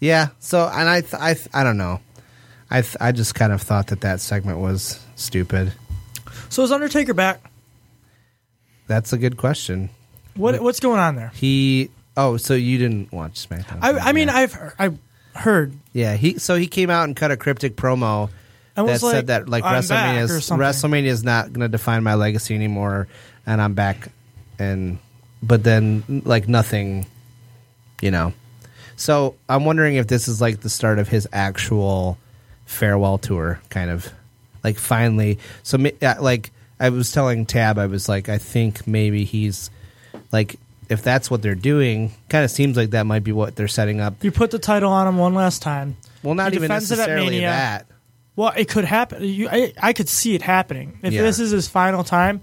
Speaker 7: Yeah. So, and I, th- I, th- I don't know. I, th- I just kind of thought that that segment was stupid.
Speaker 9: So is Undertaker back?
Speaker 7: That's a good question.
Speaker 9: What what's going on there?
Speaker 7: He. Oh, so you didn't watch SmackDown?
Speaker 9: I, I mean, I've he- I heard
Speaker 7: yeah. He. So he came out and cut a cryptic promo
Speaker 9: I was
Speaker 7: that
Speaker 9: like,
Speaker 7: said that like
Speaker 9: "I'm
Speaker 7: WrestleMania
Speaker 9: back," or
Speaker 7: is
Speaker 9: something.
Speaker 7: WrestleMania is not going to define my legacy anymore, and I'm back, and but then like nothing, you know. So I'm wondering if this is like the start of his actual farewell tour, kind of like finally. So ma- uh, like I was telling Tab, I was like, I think maybe he's like if that's what they're doing, kind of seems like that might be what they're setting up.
Speaker 9: you put the title on him one last time.
Speaker 7: Well, not
Speaker 9: He
Speaker 7: even
Speaker 9: defends it at
Speaker 7: necessarily
Speaker 9: Mania.
Speaker 7: that.
Speaker 9: Well, it could happen. You, I, I could see it happening. If
Speaker 7: Yeah.
Speaker 9: this is his final time,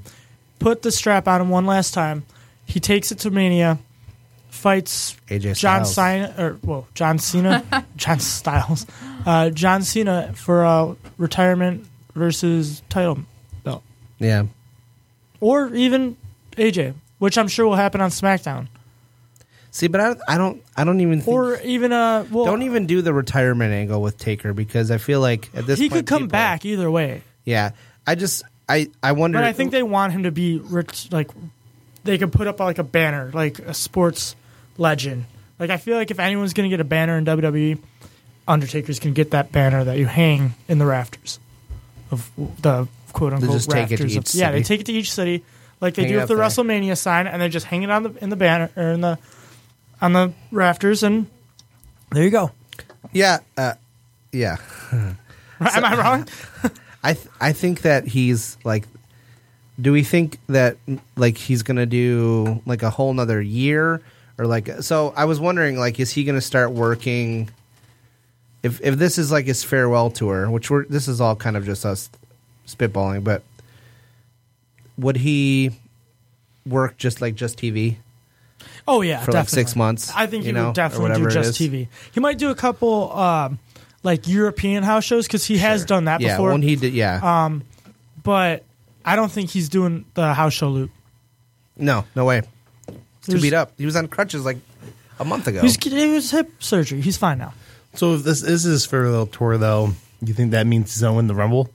Speaker 9: put the strap on him one last time. He takes it to Mania, fights
Speaker 7: AJ
Speaker 9: John
Speaker 7: Styles.
Speaker 9: Cena or well John Cena, John Styles, uh, John Cena for a retirement versus title belt,
Speaker 7: Yeah.
Speaker 9: or even AJ, which I'm sure will happen on SmackDown,
Speaker 7: See, but I, don't- I don't, I don't even think,
Speaker 9: or even uh, well,
Speaker 7: don't even do the retirement angle with Taker because I feel like at this
Speaker 9: he
Speaker 7: point
Speaker 9: could come
Speaker 7: people-
Speaker 9: back either way.
Speaker 7: Yeah, I just, I, I wonder.
Speaker 9: But I think they want him to be rich, like they could put up like a banner, like a sports legend. Like I feel like if anyone's gonna get a banner in WWE, Undertaker's gonna get that banner that you hang in the rafters of the quote unquote
Speaker 7: just take it
Speaker 9: rafters.
Speaker 7: to
Speaker 9: of,
Speaker 7: each
Speaker 9: Yeah, they
Speaker 7: city.
Speaker 9: take it to each city, like they
Speaker 7: Hang it
Speaker 9: do
Speaker 7: up
Speaker 9: with the
Speaker 7: there.
Speaker 9: WrestleMania sign, and they just hang it on the in the banner or in the on the rafters, and there you go.
Speaker 7: yeah, uh, yeah.
Speaker 9: Am I wrong?
Speaker 7: I, th- I think that he's like, do we think that like he's gonna do like a whole nother year or like? So I was wondering, like, is he gonna start working? If if this is like his farewell tour, which we're this is all kind of just us spitballing, but would he work just like just TV?
Speaker 9: Oh yeah,
Speaker 7: for,
Speaker 9: definitely.
Speaker 7: like, six months,
Speaker 9: I think he
Speaker 7: you know, or
Speaker 9: would definitely
Speaker 7: whatever
Speaker 9: do
Speaker 7: it
Speaker 9: just
Speaker 7: is.
Speaker 9: TV. He might do a couple um, like European house shows because he has done that
Speaker 7: yeah,
Speaker 9: before. Um,
Speaker 7: when he did, yeah,
Speaker 9: but I don't think he's doing the house show loop.
Speaker 7: no, no way, too
Speaker 9: There's-
Speaker 7: beat up. He was on crutches like a month ago.
Speaker 9: He's, it was hip surgery. He's fine now.
Speaker 8: So if this is his farewell tour though, you think that means he's gonna win the Rumble?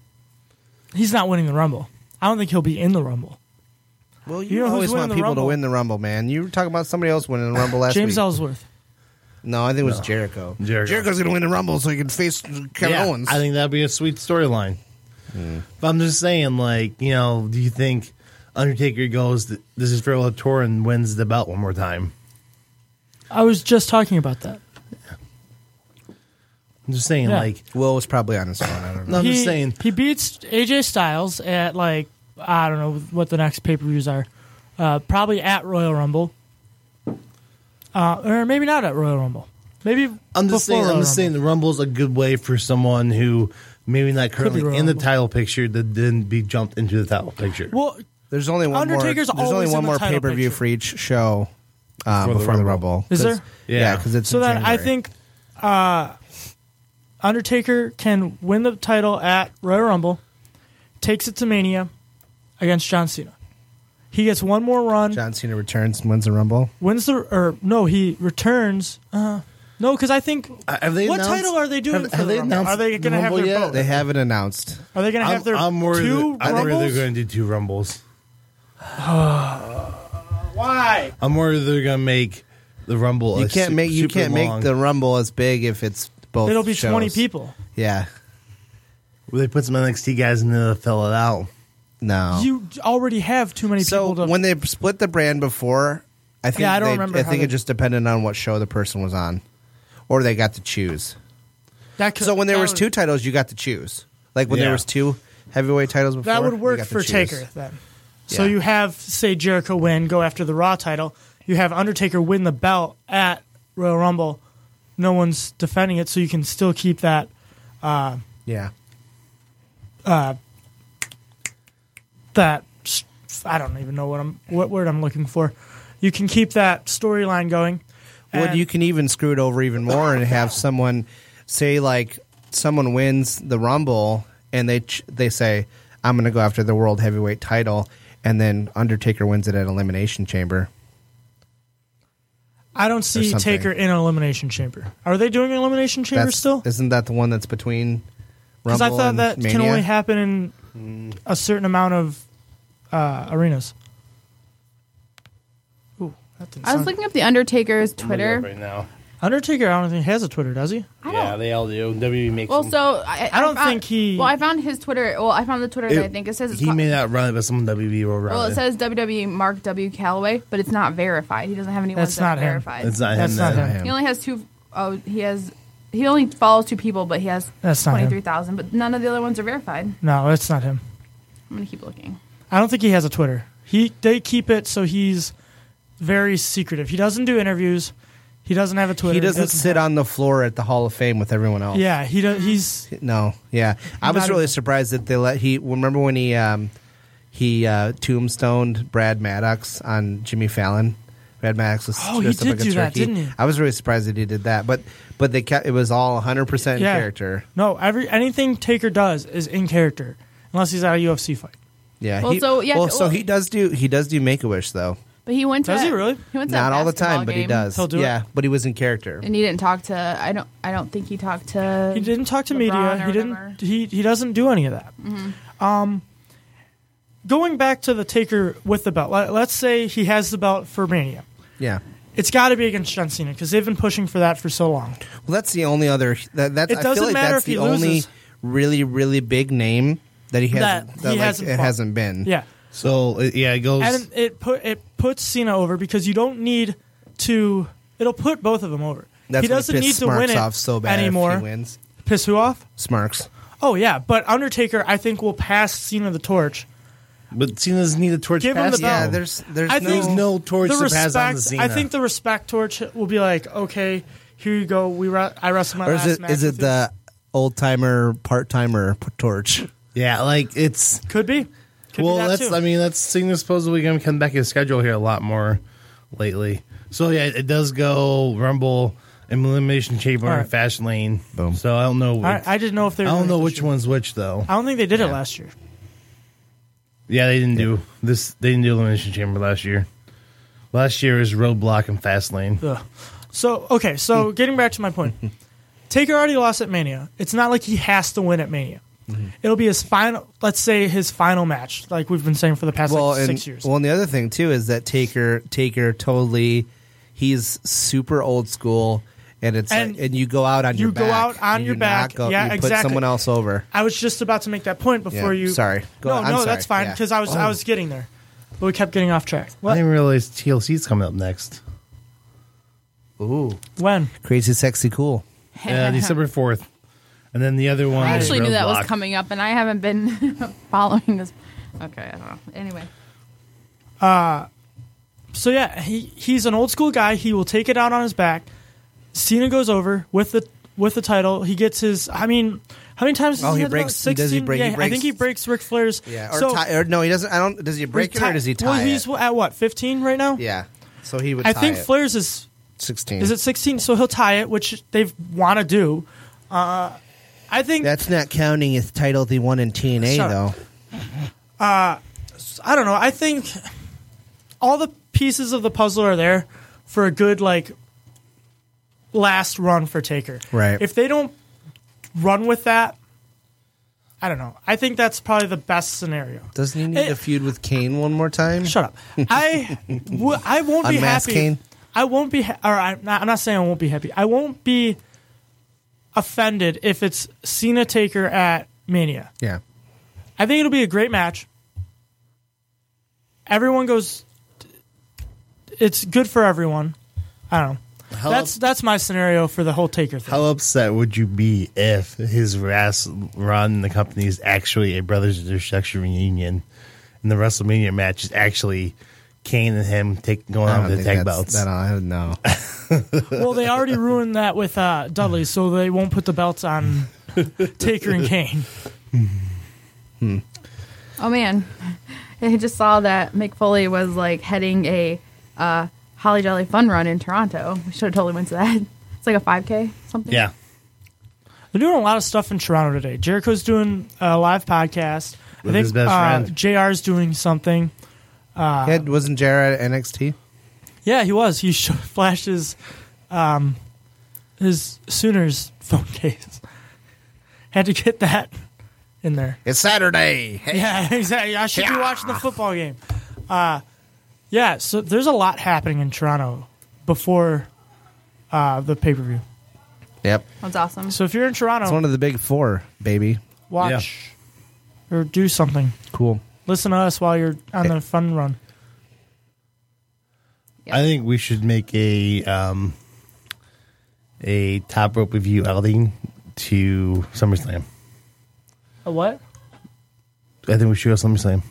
Speaker 9: He's not winning the rumble. I don't think he'll be in the rumble.
Speaker 7: Well, you,
Speaker 9: You know who's
Speaker 7: always
Speaker 9: winning
Speaker 7: want
Speaker 9: the
Speaker 7: people to
Speaker 9: Rumble?
Speaker 7: win the Rumble, man. You were talking about somebody else winning the Rumble last
Speaker 9: James
Speaker 7: week.
Speaker 9: Ellsworth.
Speaker 7: no, I think it was Jericho.
Speaker 8: Jericho.
Speaker 7: Jericho's going to win the Rumble so he can face Kevin Owens.
Speaker 8: I think that'd be a sweet storyline. But I'm just saying, like, you know, do you think Undertaker goes th- this is farewell tour and wins the belt one more time?
Speaker 9: I was just talking about that.
Speaker 8: I'm just saying,
Speaker 9: Yeah.
Speaker 8: like,
Speaker 7: Will was probably on his phone. I don't know.
Speaker 8: no, I'm
Speaker 9: he,
Speaker 8: just saying,
Speaker 9: he beats AJ Styles at like I don't know what the next pay per views are. Uh, probably at Royal Rumble. uh, or maybe not at Royal Rumble. Maybe
Speaker 8: I'm just
Speaker 9: before
Speaker 8: saying.
Speaker 9: Royal
Speaker 8: I'm just
Speaker 9: Rumble.
Speaker 8: saying the Rumble's a good way for someone who maybe not currently
Speaker 9: Royal
Speaker 8: in the
Speaker 9: Rumble.
Speaker 8: title picture to then be jumped into the title picture.
Speaker 9: Well,
Speaker 7: There's only one
Speaker 9: Undertaker's
Speaker 7: more. There's only
Speaker 9: always in
Speaker 7: one
Speaker 9: the
Speaker 7: more
Speaker 9: title
Speaker 7: pay per view
Speaker 9: picture.
Speaker 7: for each show uh,
Speaker 8: Before
Speaker 7: before,
Speaker 8: the
Speaker 7: the
Speaker 8: Rumble.
Speaker 7: Rumble.
Speaker 9: Is
Speaker 7: 'Cause-
Speaker 9: there?
Speaker 7: Yeah,
Speaker 8: Yeah.
Speaker 7: because it's
Speaker 9: so
Speaker 7: in
Speaker 9: then I
Speaker 7: January.
Speaker 9: think uh, Undertaker can win the title at Royal Rumble, takes it to Mania against John Cena. He gets one more run,
Speaker 7: John Cena returns and wins the Rumble.
Speaker 9: wins the or no, he returns. Uh, no, because I think
Speaker 7: Uh,
Speaker 8: Uh, Have they
Speaker 9: what
Speaker 8: announced-
Speaker 9: title are they doing
Speaker 8: have-
Speaker 9: for
Speaker 8: have
Speaker 9: the
Speaker 8: they
Speaker 9: Rumble?
Speaker 8: announced
Speaker 9: Are they
Speaker 8: the
Speaker 9: going to have
Speaker 8: Rumble
Speaker 9: their
Speaker 8: yet?
Speaker 9: both?
Speaker 7: They haven't announced.
Speaker 9: Are they going to
Speaker 8: I'm,
Speaker 9: have their
Speaker 8: I'm worried.
Speaker 9: two
Speaker 8: that- I'm worried
Speaker 9: Rumbles?
Speaker 8: they're going to do two Rumbles.
Speaker 9: Why?
Speaker 8: I'm worried they're going to make the Rumble.
Speaker 7: You
Speaker 8: a
Speaker 7: can't
Speaker 8: su-
Speaker 7: make you
Speaker 8: super
Speaker 7: can't
Speaker 8: long-
Speaker 7: make the Rumble as big if it's both.
Speaker 9: It'll be
Speaker 7: shows.
Speaker 9: 20 people.
Speaker 7: Yeah,
Speaker 8: They put some NXT guys in there to fill it out.
Speaker 7: no.
Speaker 9: You already have too many
Speaker 7: Oh. so
Speaker 9: people to
Speaker 7: when they split the brand before, I think
Speaker 9: Yeah, I don't
Speaker 7: they-
Speaker 9: remember
Speaker 7: I
Speaker 9: how
Speaker 7: think
Speaker 9: they-
Speaker 7: it just depended on what show the person was on, or they got to choose.
Speaker 9: that could,
Speaker 7: So when there
Speaker 9: that
Speaker 7: was
Speaker 9: would-
Speaker 7: two titles, you got to choose. Like when there
Speaker 8: Yeah.
Speaker 7: was two heavyweight titles before,
Speaker 9: That would
Speaker 7: you
Speaker 9: work
Speaker 7: got to
Speaker 9: for
Speaker 7: choose.
Speaker 9: Taker then. So
Speaker 7: Yeah.
Speaker 9: you have say Jericho win, go after the Raw title. You have Undertaker win the belt at Royal Rumble. No one's defending it, so you can still keep that
Speaker 7: Yeah.
Speaker 9: that I don't even know what I'm what word I'm looking for. You can keep that storyline going.
Speaker 7: Well,
Speaker 9: And-
Speaker 7: you can even screw it over even more and have someone say like someone wins the Rumble and they ch- they say I'm going to go after the World Heavyweight Title, and then Undertaker wins it at Elimination Chamber.
Speaker 9: I don't see
Speaker 7: something.
Speaker 9: Taker in an elimination chamber. Are they doing an elimination chamber
Speaker 7: That's
Speaker 9: still?
Speaker 7: isn't that the one that's between
Speaker 9: Because
Speaker 7: Rumble
Speaker 9: I thought
Speaker 7: and
Speaker 9: that
Speaker 7: Mania?
Speaker 9: can only happen in a certain amount of uh, arenas. Ooh, that didn't
Speaker 10: I was
Speaker 9: sound-
Speaker 10: looking up the Undertaker's Twitter.
Speaker 8: Right now.
Speaker 9: Undertaker, I don't think has a Twitter, does he?
Speaker 8: Yeah, they all do. WWE makes
Speaker 10: Well,
Speaker 8: them.
Speaker 10: so I,
Speaker 9: I don't
Speaker 10: found-
Speaker 9: think he-
Speaker 10: Well, I found his Twitter. Well, I found the Twitter that I
Speaker 8: It-
Speaker 10: think it says it's
Speaker 8: he
Speaker 10: called-
Speaker 8: may not run it, but someone WWE will run
Speaker 10: Well, it
Speaker 8: it.
Speaker 10: says WWE Mark W Calloway, but it's not verified. He doesn't have any
Speaker 9: That's
Speaker 10: ones that
Speaker 9: not
Speaker 10: are
Speaker 9: him.
Speaker 10: verified.
Speaker 8: it's not
Speaker 9: That's
Speaker 8: him.
Speaker 9: not
Speaker 8: then.
Speaker 9: him.
Speaker 10: He only has two oh he has he only follows two people, but he has
Speaker 9: That's not him.
Speaker 10: twenty three thousand. But none of the other ones are verified. I'm
Speaker 9: No, that's not him.
Speaker 10: gonna keep looking.
Speaker 9: I don't think he has a Twitter. He they keep it so he's very secretive. He doesn't do interviews. He doesn't have a Twitter.
Speaker 7: he doesn't sit on the floor at the Hall of Fame with everyone else.
Speaker 9: Yeah, he does. He's
Speaker 7: No, yeah, I was
Speaker 9: Not
Speaker 7: really
Speaker 9: even-
Speaker 7: surprised that they let he. Remember when he um, he uh, tombstoned Brad Maddox on Jimmy Fallon? Brad Maddox was
Speaker 9: Oh, he
Speaker 7: dressed
Speaker 9: did
Speaker 7: up like a
Speaker 9: do that,
Speaker 7: turkey.
Speaker 9: didn't he?
Speaker 7: I was really surprised that he did that, but but they kept it was all 100 percent
Speaker 9: yeah.
Speaker 7: character.
Speaker 9: No, every anything Taker does is in character, unless he's at a UFC fight.
Speaker 7: Yeah,
Speaker 10: Well,
Speaker 7: he,
Speaker 10: so, yeah,
Speaker 7: well,
Speaker 10: well-
Speaker 7: so he does do he does do Make a Wish though,
Speaker 10: But he went to
Speaker 9: Does he
Speaker 10: that-
Speaker 9: really?
Speaker 10: He went to
Speaker 7: not
Speaker 10: that
Speaker 7: all the
Speaker 10: basketball
Speaker 7: time, but he
Speaker 10: game,
Speaker 7: does.
Speaker 9: He'll do
Speaker 7: yeah,
Speaker 9: it.
Speaker 7: but he was in character.
Speaker 10: And he didn't talk to I don't I don't think he talked to
Speaker 9: He didn't talk to
Speaker 10: LeBron or
Speaker 9: media. He
Speaker 10: whatever. Mm-hmm.
Speaker 9: didn't. He he doesn't do any of that. Um, going back to the Taker with the belt. Let, let's say he has the belt for Mania.
Speaker 7: Yeah,
Speaker 9: It's got to be against John Cena because they've been pushing for that for so long.
Speaker 7: well, that's the only other that that's
Speaker 9: It
Speaker 7: I feel
Speaker 9: doesn't
Speaker 7: like
Speaker 9: matter
Speaker 7: that's
Speaker 9: if
Speaker 7: the
Speaker 9: he
Speaker 7: only
Speaker 9: loses.
Speaker 7: really really big name that he hasn't
Speaker 9: That
Speaker 7: that,
Speaker 9: he
Speaker 7: like,
Speaker 9: hasn't
Speaker 7: it
Speaker 9: fought.
Speaker 7: hasn't been. uh,
Speaker 9: Yeah,
Speaker 8: So it- yeah, it goes.
Speaker 9: and it put it puts Cena over because you don't need to. It'll put both of them over.
Speaker 7: That's
Speaker 9: he
Speaker 7: what
Speaker 9: doesn't
Speaker 7: pissed
Speaker 9: need to
Speaker 7: Smarks
Speaker 9: win it
Speaker 7: off so bad if he
Speaker 9: anymore.
Speaker 7: wins.
Speaker 9: Piss who off?
Speaker 7: Smarks.
Speaker 9: Oh yeah, but Undertaker I think will pass Cena the torch.
Speaker 8: but Cena's need a torch.
Speaker 9: Give him the
Speaker 8: passed
Speaker 9: belt.
Speaker 7: Yeah,
Speaker 8: him.
Speaker 7: there's there's
Speaker 9: I
Speaker 7: no,
Speaker 9: think
Speaker 8: There's no torch
Speaker 9: the
Speaker 8: to
Speaker 9: respect.
Speaker 8: pass on to Cena.
Speaker 9: I think the respect torch will be like, okay, here you go. We re- I wrestled my
Speaker 7: or
Speaker 9: last
Speaker 7: is it
Speaker 9: match.
Speaker 7: is it
Speaker 9: with you.
Speaker 7: the old timer part timer torch?
Speaker 8: yeah, like it's
Speaker 9: could be? Could
Speaker 8: well.
Speaker 9: be that
Speaker 8: that's
Speaker 9: too.
Speaker 8: I mean that's Cena's supposedly going to come back in schedule here a lot more lately. So yeah, it does go Rumble, elimination chamber,
Speaker 9: All right.
Speaker 8: and Fashion Lane. Boom. So I don't know. Which,
Speaker 9: I, I didn't know if they.
Speaker 8: I
Speaker 9: Were
Speaker 8: don't
Speaker 9: gonna
Speaker 8: know
Speaker 9: do
Speaker 8: which
Speaker 9: shit.
Speaker 8: one's which though.
Speaker 9: I don't think they did it last year.
Speaker 8: Yeah, they didn't do this. They didn't do elimination chamber last year. Last year was Roadblock and Fastlane.
Speaker 9: Ugh. So okay,
Speaker 7: Hmm.
Speaker 9: so getting back to my point, Taker already lost at Mania. It's not like he has to win at Mania.
Speaker 7: Mm-hmm.
Speaker 9: It'll be his final. Let's say his final match, like we've been saying for the past
Speaker 7: Well,
Speaker 9: like,
Speaker 7: and
Speaker 9: six years.
Speaker 7: well, and the other thing too is that Taker Taker totally he's super old school, and it's
Speaker 9: And
Speaker 7: like, and you go out on your
Speaker 9: you go
Speaker 7: back.
Speaker 9: out on
Speaker 7: You
Speaker 9: your
Speaker 7: do
Speaker 9: back.
Speaker 7: not go-
Speaker 9: Yeah,
Speaker 7: you Put
Speaker 9: exactly.
Speaker 7: someone else over.
Speaker 9: I was just about to make that point before
Speaker 7: Yeah,
Speaker 9: you.
Speaker 7: sorry. Go
Speaker 9: no,
Speaker 7: on,
Speaker 9: no,
Speaker 7: I'm
Speaker 9: that's
Speaker 7: sorry.
Speaker 9: fine
Speaker 7: Yeah. Oh.
Speaker 9: because I was I was getting there, but we kept getting off track.
Speaker 8: I
Speaker 9: What?
Speaker 8: didn't realize TLC's coming up next.
Speaker 7: Ooh,
Speaker 9: When?
Speaker 7: crazy, sexy, cool.
Speaker 8: Uh, December fourth, and then the other one.
Speaker 10: I
Speaker 8: is
Speaker 10: actually knew that was
Speaker 8: Roadblock.
Speaker 10: coming up and I haven't been following this Okay, I don't know. Anyway.
Speaker 9: So yeah, he he's an old school guy. He will take it out on his back. Cena goes over with the with the title. He gets his. I mean, how many times? has
Speaker 7: Oh, he
Speaker 9: had the belt?
Speaker 7: breaks- he does- he
Speaker 9: 16?
Speaker 7: break- he
Speaker 9: yeah, I
Speaker 7: breaks-
Speaker 9: think he breaks Ric Flair's.
Speaker 7: Yeah, or,
Speaker 9: so,
Speaker 7: tie, or no, he doesn't. I don't. Does he break it
Speaker 9: tie-
Speaker 7: or does he tie
Speaker 9: Well, he's
Speaker 7: it?
Speaker 9: at what fifteen right now.
Speaker 7: Yeah, so he would.
Speaker 9: I
Speaker 7: tie
Speaker 9: think
Speaker 7: it.
Speaker 9: Flair's is
Speaker 7: sixteen.
Speaker 9: is it sixteen, so he'll tie it, which they want to do. Uh, I think
Speaker 7: That's not counting his title the one in TNA
Speaker 9: Shut
Speaker 7: though.
Speaker 9: up. uh, I don't know. I think all the pieces of the puzzle are there for a good like last run for Taker.
Speaker 7: Right.
Speaker 9: If they don't run with that, I don't know. I think that's probably the best scenario.
Speaker 7: Doesn't he need to feud with Kane one more time?
Speaker 9: Shut up. I w- I won't be
Speaker 7: Unmask
Speaker 9: happy.
Speaker 7: Kane?
Speaker 9: I won't be. Ha- or I'm not, I'm not saying I won't be happy. I won't be offended if it's Cena Taker at Mania.
Speaker 7: Yeah.
Speaker 9: I think it'll be a great match. Everyone goes. It's good for everyone. I don't know.
Speaker 8: How
Speaker 9: that's that's my scenario for the whole Taker thing.
Speaker 8: How upset would you be if his last run in the company is actually a Brothers of Destruction reunion and the WrestleMania match is actually Kane and him take, going
Speaker 7: I
Speaker 8: on
Speaker 7: don't
Speaker 8: with the
Speaker 7: think
Speaker 8: tag
Speaker 7: that's-
Speaker 8: belts?
Speaker 7: that I don't know.
Speaker 9: well, they already ruined that with uh, Dudley, so they won't put the belts on Taker and Kane.
Speaker 10: Oh man, I just saw that Mick Foley was like heading a uh, Holly Jolly Fun Run in Toronto. We should have totally went to that. It's like a 5K something.
Speaker 8: yeah.
Speaker 9: They're doing a lot of stuff in Toronto today. Jericho's doing a live podcast.
Speaker 7: With his best
Speaker 9: uh,
Speaker 7: friend.
Speaker 9: JR's doing something. Uh,
Speaker 7: Ed wasn't Jared at NXT.
Speaker 9: Yeah, he was. He sh- flashed his, um, his Sooners phone case. Had to get that in there.
Speaker 7: It's Saturday. Hey.
Speaker 9: Yeah, exactly. I should be
Speaker 7: Yeah.
Speaker 9: watching the football game. Uh, yeah, so there's a lot happening in Toronto before uh, the pay per view.
Speaker 7: Yep.
Speaker 10: That's awesome.
Speaker 9: So if you're in Toronto,
Speaker 7: It's one of the big four, baby.
Speaker 9: watch or do something.
Speaker 7: Cool.
Speaker 9: Listen to us while you're on the fun run.
Speaker 8: I think we should make a um, a top rope review outing to SummerSlam.
Speaker 9: A what?
Speaker 8: I think we should go SummerSlam.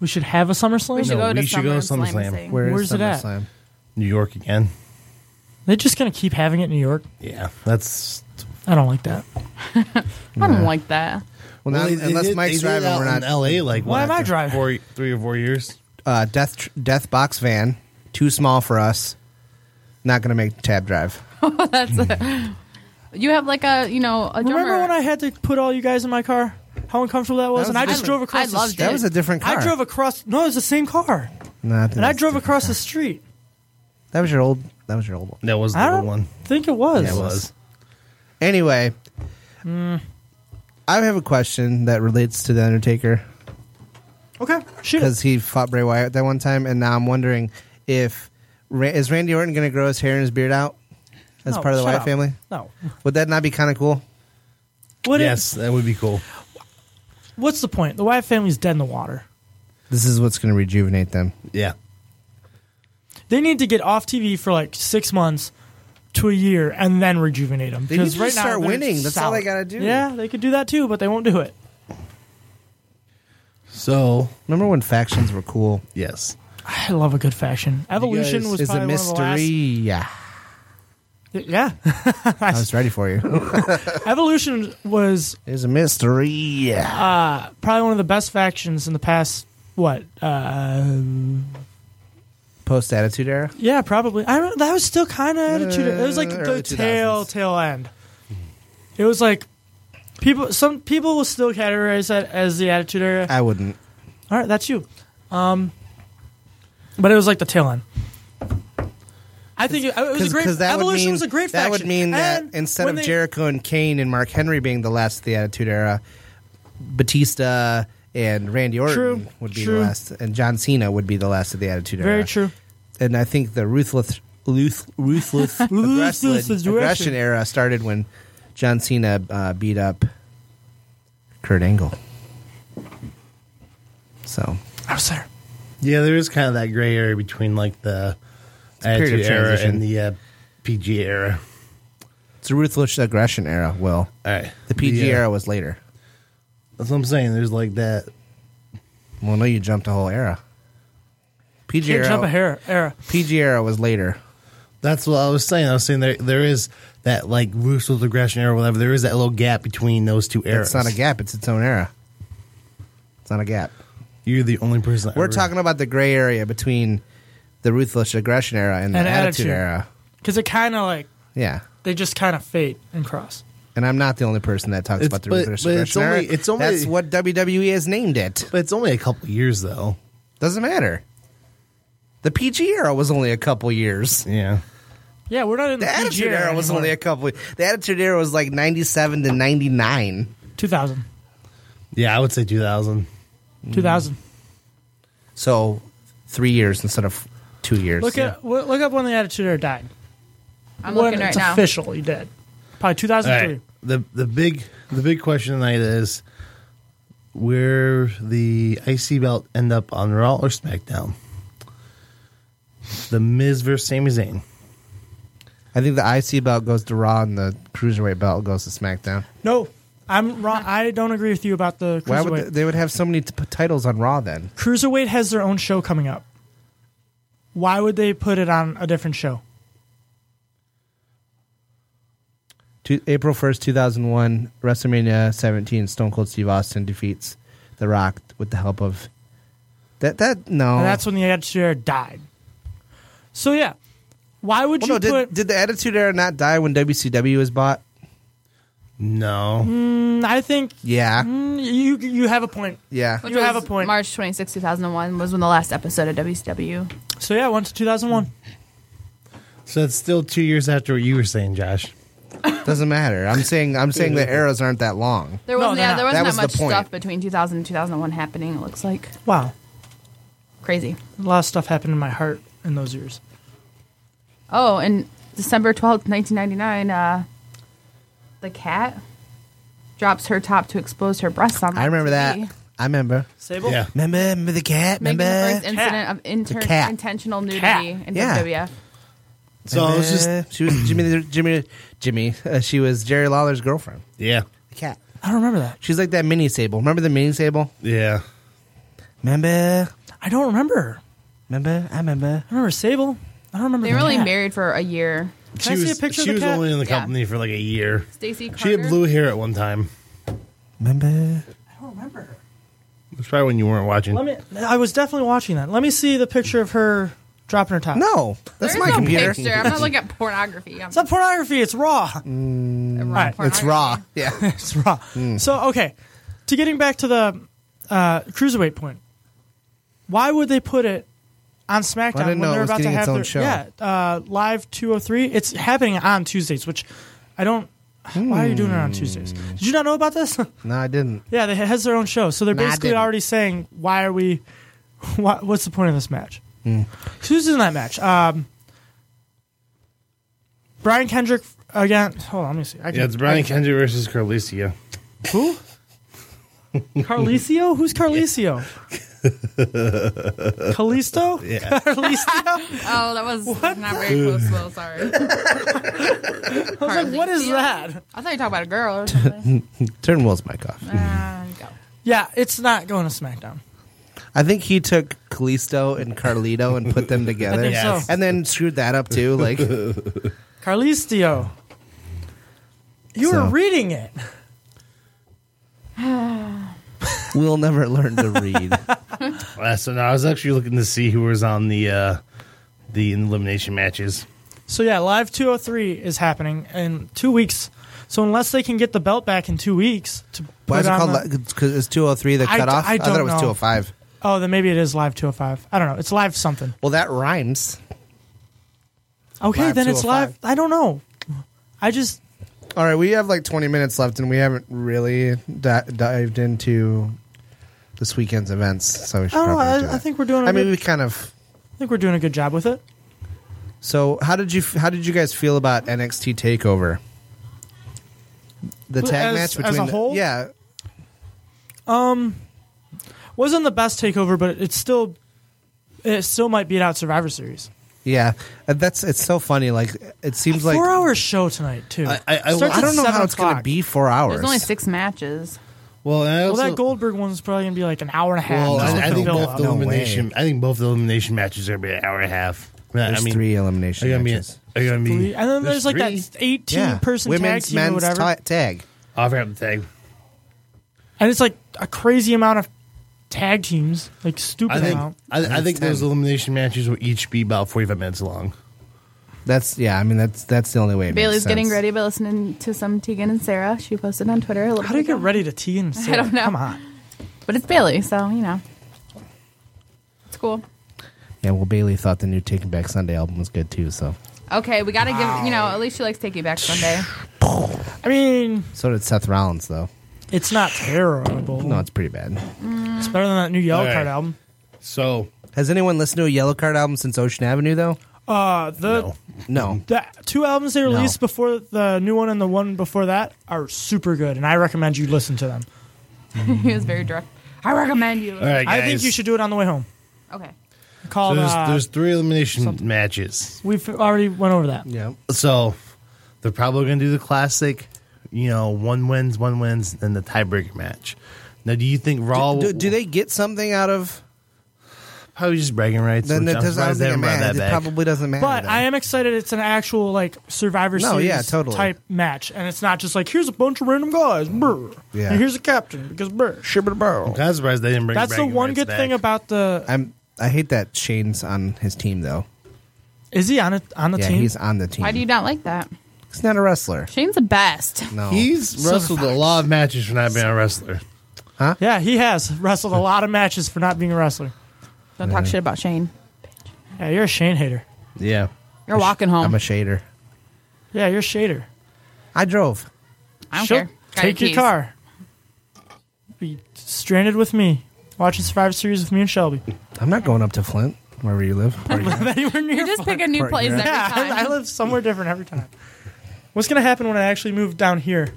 Speaker 9: We should have a SummerSlam.
Speaker 10: We should go to
Speaker 8: we should go
Speaker 10: SummerSlam
Speaker 8: SummerSlam.
Speaker 10: thing.
Speaker 9: Where is Where's it at? SummerSlam?
Speaker 8: New York again.
Speaker 9: They're just gonna keep having it in New York.
Speaker 8: Yeah, that's.
Speaker 9: I don't like that.
Speaker 10: I don't like that.
Speaker 7: Well, not,
Speaker 8: they
Speaker 7: unless
Speaker 8: did- they
Speaker 7: Mike's
Speaker 8: did
Speaker 7: driving,
Speaker 8: out
Speaker 7: we're not
Speaker 8: in LA. Like what,
Speaker 9: Why am I
Speaker 8: after
Speaker 9: driving?
Speaker 8: Four, three or four years.
Speaker 7: uh, death tr- death box van, too small for us. Not gonna make tab drive.
Speaker 10: That's a, you have like a you know a drummer.
Speaker 9: Remember when I had to put all you guys in my car? How uncomfortable that was,
Speaker 7: That was
Speaker 9: and I just
Speaker 10: different.
Speaker 9: drove across.
Speaker 10: I
Speaker 9: the
Speaker 10: loved
Speaker 9: street.
Speaker 10: it.
Speaker 7: That was a different car.
Speaker 9: I drove across. No, it was the same car,
Speaker 7: No, I think
Speaker 9: and I
Speaker 7: that's
Speaker 9: drove
Speaker 7: different.
Speaker 9: across the street.
Speaker 7: That was your old. That was your old one.
Speaker 8: That was the
Speaker 9: I
Speaker 8: old
Speaker 9: don't
Speaker 8: one.
Speaker 9: think it
Speaker 8: It
Speaker 9: was.
Speaker 8: was.
Speaker 7: Anyway, I have a question that relates to the Undertaker.
Speaker 9: Okay, shoot. it.
Speaker 7: because he fought Bray Wyatt that one time, and now I'm wondering if Ra- is Randy Orton going to grow his hair and his beard out as
Speaker 9: No,
Speaker 7: part of the
Speaker 9: shut
Speaker 7: Wyatt
Speaker 9: up.
Speaker 7: family?
Speaker 9: No.
Speaker 7: Would that not be kind of cool?
Speaker 9: What
Speaker 8: Yes,
Speaker 9: is?
Speaker 8: that would be cool.
Speaker 9: what's the point? The Wyatt family's dead in the water.
Speaker 7: This is what's going to rejuvenate them.
Speaker 8: Yeah.
Speaker 9: They need to get off TV for like six months to a year, and then rejuvenate them.
Speaker 7: They need
Speaker 9: Because
Speaker 7: to
Speaker 9: right
Speaker 7: just
Speaker 9: now
Speaker 7: start
Speaker 9: they're
Speaker 7: winning. That's all
Speaker 9: solid.
Speaker 7: they gotta do.
Speaker 9: Yeah, they could do that too, but they won't do it.
Speaker 8: So
Speaker 7: Remember when factions were cool?
Speaker 8: yes,
Speaker 9: I love a good faction. Evolution
Speaker 8: guys-
Speaker 9: was
Speaker 7: It's a
Speaker 9: probably One of
Speaker 7: mystery.
Speaker 9: the
Speaker 7: Yeah,
Speaker 9: last, yeah,
Speaker 7: I was ready for you.
Speaker 9: Evolution was
Speaker 7: It's a mystery. Yeah.
Speaker 9: uh, probably one of the best factions in the past. What? Uh,
Speaker 7: Post Attitude Era.
Speaker 9: yeah, probably. I don't, that was still kind of attitude. It was like
Speaker 7: Uh,
Speaker 9: the
Speaker 7: early 2000s.
Speaker 9: tail tail end. It was like people. Some people will still categorize that as the attitude era.
Speaker 7: I wouldn't.
Speaker 9: All right, that's you. Um, but it was like the tail end. I think it, it was a great
Speaker 7: that would
Speaker 9: evolution.
Speaker 7: mean-
Speaker 9: was a great
Speaker 7: That would
Speaker 9: faction.
Speaker 7: mean that
Speaker 9: And
Speaker 7: instead
Speaker 9: when
Speaker 7: of
Speaker 9: they-
Speaker 7: Jericho and Kane and Mark Henry being the last of the Attitude Era, Batista and Randy Orton
Speaker 9: True,
Speaker 7: would be
Speaker 9: true.
Speaker 7: the last, and John Cena would be the last of the Attitude Era.
Speaker 9: very true.
Speaker 7: And I think the ruthless, ruth, ruthless,
Speaker 9: Ruthless
Speaker 7: aggression,
Speaker 9: aggression.
Speaker 7: aggression era started when John Cena uh, beat up Kurt Angle. So
Speaker 9: I was there.
Speaker 8: yeah, there is kind of that gray area between like the
Speaker 7: a period of
Speaker 8: attitude era
Speaker 7: transition.
Speaker 8: and the uh, PG era.
Speaker 7: it's a ruthless aggression era. Will
Speaker 8: All right,
Speaker 7: the PG
Speaker 8: uh,
Speaker 7: era was later?
Speaker 8: That's what I'm saying. There's like that.
Speaker 7: Well, no, you jumped a whole era. PG
Speaker 9: Can't
Speaker 7: era.
Speaker 9: jump a hair era.
Speaker 7: PG era was later.
Speaker 8: That's what I was saying. I was saying there there is that like ruthless aggression era, or whatever. There is that little gap between those two eras.
Speaker 7: It's not a gap. It's its own era. It's not a gap.
Speaker 8: You're the only person. I
Speaker 7: We're
Speaker 8: ever-
Speaker 7: talking about the gray area between the ruthless aggression era and the
Speaker 9: And
Speaker 7: attitude,
Speaker 9: attitude.
Speaker 7: era.
Speaker 9: Because it kind of like
Speaker 7: Yeah.
Speaker 9: they just kind of fade and cross.
Speaker 7: And I'm not the only person that talks
Speaker 8: It's-
Speaker 7: about the
Speaker 8: but-
Speaker 7: ruthless
Speaker 8: but it's
Speaker 7: aggression
Speaker 8: only-
Speaker 7: era.
Speaker 8: it's only-
Speaker 7: That's what WWE has named it.
Speaker 8: But it's only a couple years though.
Speaker 7: Doesn't matter. The PG era was only a couple years.
Speaker 8: Yeah.
Speaker 9: Yeah, we're not in the,
Speaker 7: The
Speaker 9: PG
Speaker 7: Attitude Era was
Speaker 9: anymore.
Speaker 7: only a couple. The Attitude Era was like ninety-seven to ninety-nine.
Speaker 9: 2000.
Speaker 8: Yeah, I would say 2000.
Speaker 7: Mm.
Speaker 9: 2000.
Speaker 7: So three years instead of two years.
Speaker 9: Look at w- look up when the Attitude Era died.
Speaker 10: I'm
Speaker 9: When
Speaker 10: looking right
Speaker 9: it's
Speaker 10: now.
Speaker 9: official, he did. Probably
Speaker 8: All
Speaker 9: 2003.
Speaker 8: right. The the big the big question tonight is where the IC belt end up on Raw or SmackDown? The Miz versus Sami Zayn.
Speaker 7: I think the IC belt goes to Raw and the Cruiserweight belt goes to SmackDown.
Speaker 9: No, I'm wrong. I don't agree with you about the
Speaker 7: Why
Speaker 9: Cruiserweight.
Speaker 7: would they, they would have so many t- titles on Raw then?
Speaker 9: Cruiserweight has their own show coming up. Why would they put it on a different show?
Speaker 7: Two, April first, two thousand one, WrestleMania seventeen, Stone Cold Steve Austin defeats The Rock with the help of that. That no,
Speaker 9: And that's when the Attitude Era died. So yeah, why would
Speaker 7: Well,
Speaker 9: you
Speaker 7: no, did,
Speaker 9: put?
Speaker 7: did the Attitude Era not die when WCW was bought?
Speaker 8: No.
Speaker 9: Mm. I think
Speaker 7: Yeah,
Speaker 9: mm, you you have a point.
Speaker 7: yeah.
Speaker 10: Which
Speaker 9: You have
Speaker 10: was
Speaker 9: a point.
Speaker 10: March 26, 2001 was when the last episode of WCW.
Speaker 9: So yeah, once 2001.
Speaker 8: So it's still two years after what you were saying, Josh.
Speaker 7: Doesn't matter. I'm saying I'm saying the eras aren't that long.
Speaker 10: There
Speaker 9: No,
Speaker 10: wasn't,
Speaker 9: they're
Speaker 10: yeah,
Speaker 9: not.
Speaker 10: there wasn't
Speaker 7: That
Speaker 10: that,
Speaker 7: was the
Speaker 10: much
Speaker 7: point.
Speaker 10: stuff between 2000 and 2001 happening, it looks like.
Speaker 9: Wow,
Speaker 10: Crazy.
Speaker 9: a lot of stuff happened in my heart in those years.
Speaker 10: Oh, and December 12th, 1999, uh, the cat drops her top to expose her breasts on
Speaker 7: I remember that.
Speaker 10: TV.
Speaker 7: I remember.
Speaker 9: Sable.
Speaker 8: Yeah.
Speaker 7: Remember, remember the cat.
Speaker 10: Making
Speaker 7: Remember.
Speaker 10: the first incident of
Speaker 7: The
Speaker 10: inter-
Speaker 7: cat.
Speaker 10: intentional nudity
Speaker 9: Cat.
Speaker 10: in
Speaker 7: Yeah.
Speaker 10: WWF.
Speaker 8: So I was just
Speaker 7: Remember? she was Jimmy Jimmy Jimmy. Uh, she was Jerry Lawler's girlfriend.
Speaker 8: yeah
Speaker 7: The cat.
Speaker 9: I don't remember that.
Speaker 7: She's like that mini sable. Remember the mini sable?
Speaker 8: yeah.
Speaker 7: Remember.
Speaker 9: I don't remember.
Speaker 7: Remember. I remember.
Speaker 9: I remember Sable. I don't remember.
Speaker 10: They were
Speaker 9: the
Speaker 10: only
Speaker 9: cat.
Speaker 10: married for a year.
Speaker 9: Can I see a picture of
Speaker 8: she
Speaker 9: the
Speaker 8: was
Speaker 9: cat?
Speaker 8: only in the
Speaker 10: Yeah.
Speaker 8: company for like a year.
Speaker 10: Stacy Carter.
Speaker 8: She had blue hair at one time.
Speaker 7: Remember.
Speaker 9: I don't remember.
Speaker 8: That's probably when you weren't watching.
Speaker 9: Let me. I was definitely watching that. Let me see the picture of her dropping her top.
Speaker 7: No, that's
Speaker 10: There's
Speaker 7: my
Speaker 10: no
Speaker 7: computer.
Speaker 10: picture. I'm not looking at pornography. I'm
Speaker 9: It's not pornography. It's raw.
Speaker 10: at raw
Speaker 9: right.
Speaker 7: It's
Speaker 10: pornography.
Speaker 7: raw. Yeah.
Speaker 9: It's raw.
Speaker 7: Hmm.
Speaker 9: So okay, to getting back to the uh, cruiserweight point, why would they put it on SmackDown
Speaker 7: I didn't
Speaker 9: when
Speaker 7: know
Speaker 9: they're
Speaker 7: it was
Speaker 9: about to
Speaker 7: getting its
Speaker 9: have
Speaker 7: own
Speaker 9: their
Speaker 7: show.
Speaker 9: yeah uh, live two hundred three? It's happening on Tuesdays, which I don't. Why are you doing it on Tuesdays?
Speaker 7: Hmm.
Speaker 9: Did you not know about this?
Speaker 7: no, I didn't.
Speaker 9: yeah, they it has their own show, so they're
Speaker 7: Nah, I
Speaker 9: basically
Speaker 7: didn't.
Speaker 9: already saying why are we? Why, what's the point of this match?
Speaker 7: Hmm.
Speaker 9: Who's in that match? Um, Brian Kendrick again. Hold on, let me see. I can,
Speaker 8: Yeah, it's
Speaker 9: I
Speaker 8: Brian
Speaker 9: can-
Speaker 8: Kendrick versus Carlicia.
Speaker 9: who? Carlicio? Who's Carlicio? Callisto? Yeah. Carlicio?
Speaker 10: Oh, that was not very close. Well, sorry.
Speaker 9: I was like, what is that?
Speaker 10: I thought you were talking about a girl or something.
Speaker 7: Turn Will's mic off.
Speaker 10: Ah, go.
Speaker 9: Yeah, it's not going to SmackDown.
Speaker 7: I think he took Callisto and Carlito and put them together,
Speaker 9: think so.
Speaker 7: and then screwed that up too. Like,
Speaker 9: Carlistio. You
Speaker 7: So-
Speaker 9: were reading it.
Speaker 7: we'll never learn to read.
Speaker 8: Uh, so now I was actually looking to see who was on the uh, the elimination matches.
Speaker 9: So yeah, Live 203 is happening in two weeks. So unless they can get the belt back in two weeks to
Speaker 7: Why
Speaker 9: put
Speaker 7: is it
Speaker 9: on
Speaker 7: called?
Speaker 9: the-
Speaker 7: li- 'cause it's two hundred three. The
Speaker 9: I d-
Speaker 7: cutoff.
Speaker 9: I
Speaker 7: thought
Speaker 9: don't
Speaker 7: it was
Speaker 9: know.
Speaker 7: two hundred five.
Speaker 9: oh, then maybe it is Live 205. I don't know. It's Live something.
Speaker 7: Well, that rhymes.
Speaker 9: Okay,
Speaker 7: Live
Speaker 9: then it's
Speaker 7: 205.
Speaker 9: Live. I don't know. I just
Speaker 7: All right, we have like 20 minutes left, and we haven't really di- dived into this weekend's events. So we should
Speaker 9: I don't know.
Speaker 7: probably do
Speaker 9: Oh, I,
Speaker 7: that.
Speaker 9: I think we're doing. I
Speaker 7: I mean,
Speaker 9: good,
Speaker 7: we kind of.
Speaker 9: I think we're doing a good job with it.
Speaker 7: So how did you f- how did you guys feel about NXT Takeover? The
Speaker 9: Well,
Speaker 7: tag
Speaker 9: as-
Speaker 7: match
Speaker 9: as
Speaker 7: between
Speaker 9: a
Speaker 7: the-
Speaker 9: whole?
Speaker 7: yeah,
Speaker 9: wasn't the best takeover, but it's still it still might beat out Survivor Series.
Speaker 7: yeah. Uh, That's it's so funny. Like it seems like
Speaker 9: Four hour show tonight too.
Speaker 8: I- I- I-
Speaker 9: Starts
Speaker 7: I
Speaker 9: at
Speaker 7: don't know
Speaker 9: 7
Speaker 7: how it's going to
Speaker 9: o'clock.
Speaker 7: be four hours.
Speaker 10: There's only six matches.
Speaker 8: Well, and I
Speaker 9: well,
Speaker 8: also,
Speaker 9: that Goldberg one's probably gonna be like an hour and a half.
Speaker 8: well,
Speaker 9: just
Speaker 8: I,
Speaker 9: to
Speaker 8: I think
Speaker 9: fill
Speaker 8: both
Speaker 9: up.
Speaker 8: the elimination. I think both the elimination matches are gonna be an hour and a half.
Speaker 7: There's
Speaker 8: I mean,
Speaker 7: three elimination
Speaker 8: Are gonna be-
Speaker 7: matches.
Speaker 8: Are gonna be?
Speaker 9: Three- and then there's, like that 18 person
Speaker 7: Women's,
Speaker 9: tag team
Speaker 7: men's
Speaker 9: or whatever,
Speaker 7: ta- tag.
Speaker 8: I'll grab the tag.
Speaker 9: and it's like a crazy amount of tag teams, like stupid
Speaker 8: I think.
Speaker 9: amount.
Speaker 8: I, I
Speaker 7: That's
Speaker 8: think those
Speaker 7: 10.
Speaker 8: elimination matches will each be about forty-five minutes long.
Speaker 7: That's yeah. I mean, that's that's the only way. It makes
Speaker 10: Bailey's getting
Speaker 7: sense.
Speaker 10: ready by listening to some Tegan and Sarah. She posted on Twitter a little
Speaker 9: How do you
Speaker 10: bit
Speaker 9: get
Speaker 10: ago.
Speaker 9: ready to tea and Sarah?
Speaker 10: don't know.
Speaker 9: Come on.
Speaker 10: But it's Bailey, so you know. It's cool.
Speaker 7: Yeah. Well, Bailey thought the new Taking Back Sunday album was good too. So
Speaker 10: Okay, we gotta give you know, at least she likes Take You Back Sunday.
Speaker 9: I mean,
Speaker 7: so did Seth Rollins though.
Speaker 9: it's not terrible.
Speaker 7: No, it's pretty bad.
Speaker 9: it's better than that new Yellow
Speaker 8: Alright.
Speaker 9: Card album.
Speaker 8: So
Speaker 7: Has anyone listened to a Yellow Card album since Ocean Avenue though?
Speaker 9: Uh, the
Speaker 8: no,
Speaker 7: No.
Speaker 9: the two albums they released before the new one and the one before that are super good, and I recommend you listen to them.
Speaker 10: he was very direct. I recommend you.
Speaker 8: all right, guys.
Speaker 9: I think you should do it on the way home.
Speaker 10: Okay.
Speaker 9: Call.
Speaker 8: So there's,
Speaker 9: uh,
Speaker 8: there's three elimination matches.
Speaker 9: we've already went over that.
Speaker 7: Yeah.
Speaker 8: So they're probably going to do the classic, you know, one wins, one wins, and the tiebreaker match. Now, do you think Raw?
Speaker 7: Do, do they get something out of?
Speaker 8: probably just bragging rights?
Speaker 7: Then
Speaker 8: which
Speaker 7: it
Speaker 8: I'm
Speaker 7: doesn't, I don't
Speaker 8: surprised they
Speaker 7: think it
Speaker 8: haven't brought
Speaker 7: matters.
Speaker 8: that
Speaker 7: It
Speaker 8: back.
Speaker 7: probably doesn't matter.
Speaker 9: But
Speaker 7: then.
Speaker 9: I am excited. It's an actual like Survivor
Speaker 7: No,
Speaker 9: Series
Speaker 7: yeah, totally.
Speaker 9: type match, and it's not just like here's a bunch of random guys. Brr.
Speaker 7: Yeah.
Speaker 9: And here's a captain because brr.
Speaker 7: Shibber barrel.
Speaker 8: I'm kind of surprised they didn't bring.
Speaker 9: That's the
Speaker 8: bragging
Speaker 9: one
Speaker 8: rights
Speaker 9: good
Speaker 8: back.
Speaker 9: thing about the.
Speaker 7: I'm. I hate that Shane's on his team though.
Speaker 9: Is he on it on the
Speaker 7: yeah,
Speaker 9: team?
Speaker 7: he's on the team.
Speaker 10: Why do you not like that?
Speaker 7: He's not a wrestler.
Speaker 10: Shane's the best.
Speaker 7: No.
Speaker 8: He's
Speaker 9: Silver
Speaker 8: wrestled a lot of matches for not being a wrestler.
Speaker 9: yeah, he has wrestled a lot of matches for not being a wrestler.
Speaker 10: Don't talk shit about Shane.
Speaker 9: Yeah, you're a Shane hater.
Speaker 7: yeah.
Speaker 10: You're walking
Speaker 7: I'm
Speaker 10: home.
Speaker 7: a shader.
Speaker 9: Yeah, you're a shader.
Speaker 7: I drove.
Speaker 10: I don't
Speaker 9: She'll
Speaker 10: care. Got
Speaker 9: Take your
Speaker 10: keys.
Speaker 9: car. Be stranded with me. Watching Survivor Series with me and Shelby.
Speaker 7: I'm not going up to Flint, wherever you live.
Speaker 9: Anywhere near
Speaker 10: You just pick a new
Speaker 7: Park,
Speaker 10: place
Speaker 7: yeah.
Speaker 10: every
Speaker 9: Yeah,
Speaker 10: time.
Speaker 9: I, I live somewhere different every time. What's gonna happen when I actually move down here?